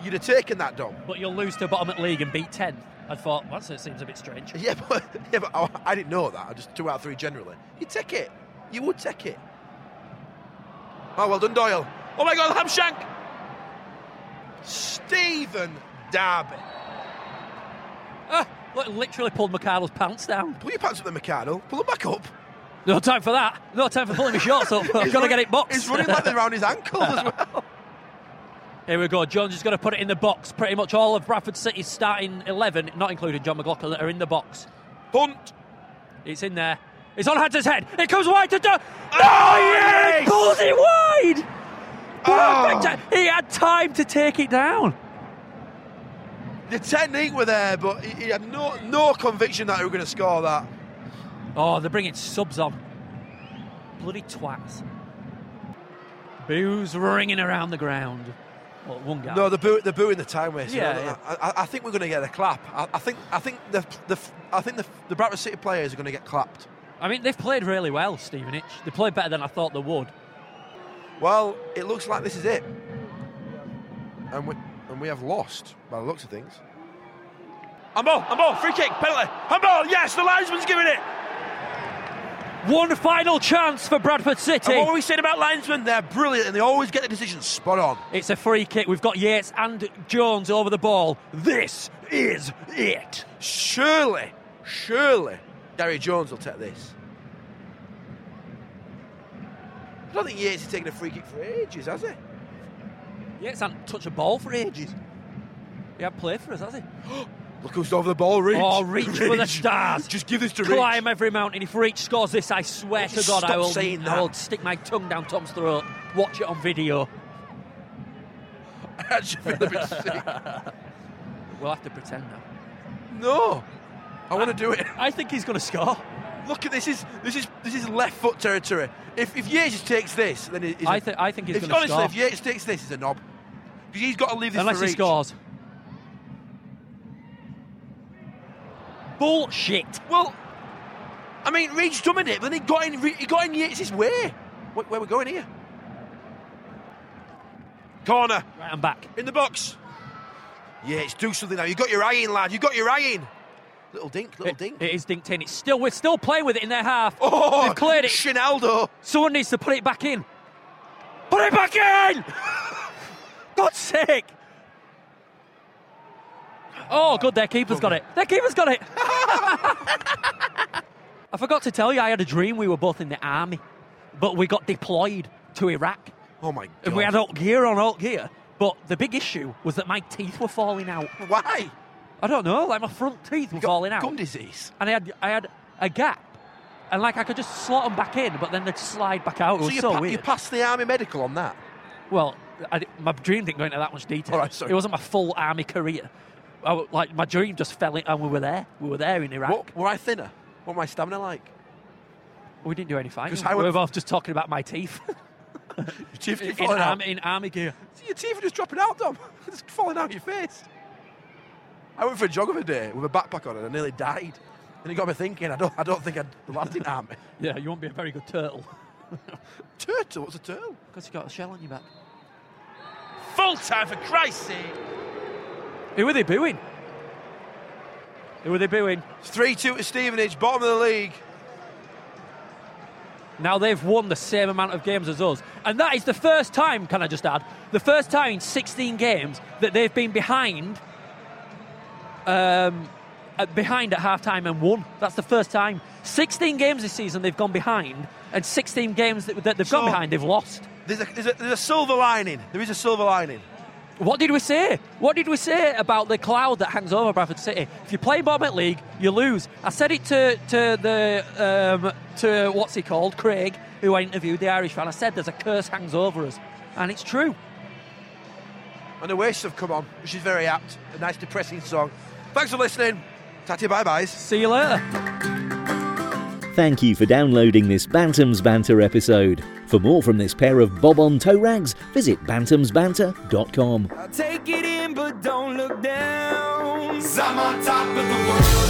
S4: you'd have taken that, Dom.
S3: But you'll lose to bottom of the league and beat 10. I thought, well, that seems a bit strange.
S4: [LAUGHS] Yeah, but, yeah, but oh, I, I didn't know that. I just two out of three generally. You take it. You would take it. Oh, well done, Doyle. Oh my God, Hamshank. Stephen Darby.
S3: Ah, look, literally pulled McArdle's pants down.
S4: Pull your pants up, the McCardle. Pull them back up.
S3: No time for that. No time for pulling my shorts [LAUGHS] up. I've
S4: He's
S3: got to
S4: running-
S3: get it boxed.
S4: He's running like they're around his ankles as well.
S3: [LAUGHS] Here we go. Jones is going to put it in the box. Pretty much all of Bradford City's starting 11, not including John McLaughlin, that are in the box.
S4: [LAUGHS] Punt.
S3: It's in there. It's on Hunter's head. It comes wide to. Do-
S4: Oh,
S3: yeah!
S4: yes!
S3: Pulls it wide!
S4: Oh.
S3: Perfect. He had time to take it down.
S4: The technique were there, but he, he had no no conviction that he were going to score that.
S3: Oh, they're bringing subs on. Bloody twats. Booze ringing around the ground. Well, one guy.
S4: No, the boo, the boo in the time waste.
S3: Yeah,
S4: No, no,
S3: yeah.
S4: I- I, I think we're going to get a clap. I, I think I think the the I think the the Bradford City players are going to get clapped.
S3: I mean, they've played really well, Stevenage. They played better than I thought they would.
S4: Well, it looks like this is it. And we, and we have lost by the looks of things. Humble, Humble, free kick, penalty. Humble, yes, the linesman's giving it.
S3: One final chance for Bradford City.
S4: And what were we saying about linesmen? They're brilliant and they always get the decisions spot on.
S3: It's a free kick. We've got Yates and Jones over the ball. This is it.
S4: Surely, surely, Gary Jones will take this. I don't think Yates has taken a free kick for ages, has he?
S3: Yates hasn't touched a ball for ages. He had played for us, has he?
S4: Look who's over the ball, Reach.
S3: Oh, reach for the stars.
S4: Just give this to Reach.
S3: Climb every mountain. If Reach scores this, I swear to
S4: Just
S3: God, I
S4: stop
S3: will,
S4: saying
S3: I
S4: that.
S3: will stick my tongue down Tom's throat. Watch it on video.
S4: I [LAUGHS] actually feel a bit sick.
S3: We'll have to pretend now.
S4: No. I want to do it.
S3: I think he's going to score.
S4: Look at this is this is this is left foot territory. If if Yates takes this, then it is.
S3: I, th- I think he's
S4: if,
S3: going to
S4: honestly,
S3: score.
S4: if Yates takes this, it's a knob. Because he's got to leave this
S3: Unless
S4: for
S3: he
S4: reach.
S3: scores. Bullshit.
S4: Well, I mean, Reach dummied it, but then he got in. Re- He got in Yates' way. Where, where we going here? Corner
S3: Right, I'm back.
S4: in the box. Yates, do something now. You got your eye in, lad. You got your eye in. Little dink, little
S3: It-
S4: dink.
S3: it is dinked in. It's still we're still playing with it in their half.
S4: oh,
S3: They've cleared it.
S4: Shinaldo.
S3: Someone needs to put it back in. Put it back in! [LAUGHS] God's sake! Oh, good. Their keeper's got it. Their keeper's got it. [LAUGHS] I forgot to tell you, I had a dream. We were both in the army, but we got deployed to Iraq,
S4: Oh my god.
S3: and we had alt gear on alt gear. But the big issue was that my teeth were falling out.
S4: Why?
S3: I don't know, like my front teeth were falling out
S4: Gum disease.
S3: and I had I had a gap, and like I could just slot them back in, but then they'd slide back out. It
S4: So
S3: was
S4: you,
S3: so
S4: pa- you
S3: weird.
S4: passed the army medical on that.
S3: well, I, di- my dream didn't go into that much detail.
S4: All right, sorry.
S3: It wasn't my full army career. I, w- like my dream just fell in, and we were there. We were there in Iraq.
S4: What, were I thinner? What my stamina like?
S3: We didn't do any fighting.
S4: 'Cause I
S3: we were
S4: would-
S3: both just talking about
S4: [LAUGHS]
S3: my teeth
S4: Your teeth
S3: in,
S4: keep falling out.
S3: army, in army gear.
S4: Your teeth are just dropping out, Dom. [LAUGHS] It's falling out of your face. I went for a jog the other day with a backpack on and I nearly died. And it got me thinking, I don't, I don't think I'd land in army.
S3: Yeah, you won't be a very good turtle
S4: [LAUGHS] Turtle? What's a turtle?
S3: because you got a shell on your back.
S4: Full time for Christ's sake.
S3: Who were they booing? Who were they booing?
S4: 3 2 to Stevenage, bottom of the league.
S3: Now they've won the same amount of games as us. And that is the first time, can I just add, the first time in 16 games that they've been behind um, at- behind at half time and won. That's the first time. 16 games this season they've gone behind, and 16 games that, that they've
S4: So-
S3: gone behind they've lost.
S4: There's a, there's, a, there's a silver lining. There is a silver lining.
S3: What did we say? What did we say about the cloud that hangs over Bradford City? If you play bottom at league, you lose. I said it to to the um, to what's he called, Craig, who I interviewed, the Irish fan. I said there's a curse hangs over us, and it's true.
S4: And the wastes have come on, which is very apt. A nice depressing song. Thanks for listening. Tatty bye byes.
S3: See you later.
S1: Thank you for downloading this Bantams Banter episode. For more from this pair of bob on toe rags, visit bantamsbanter.com.
S2: Cause I'm on top of the world.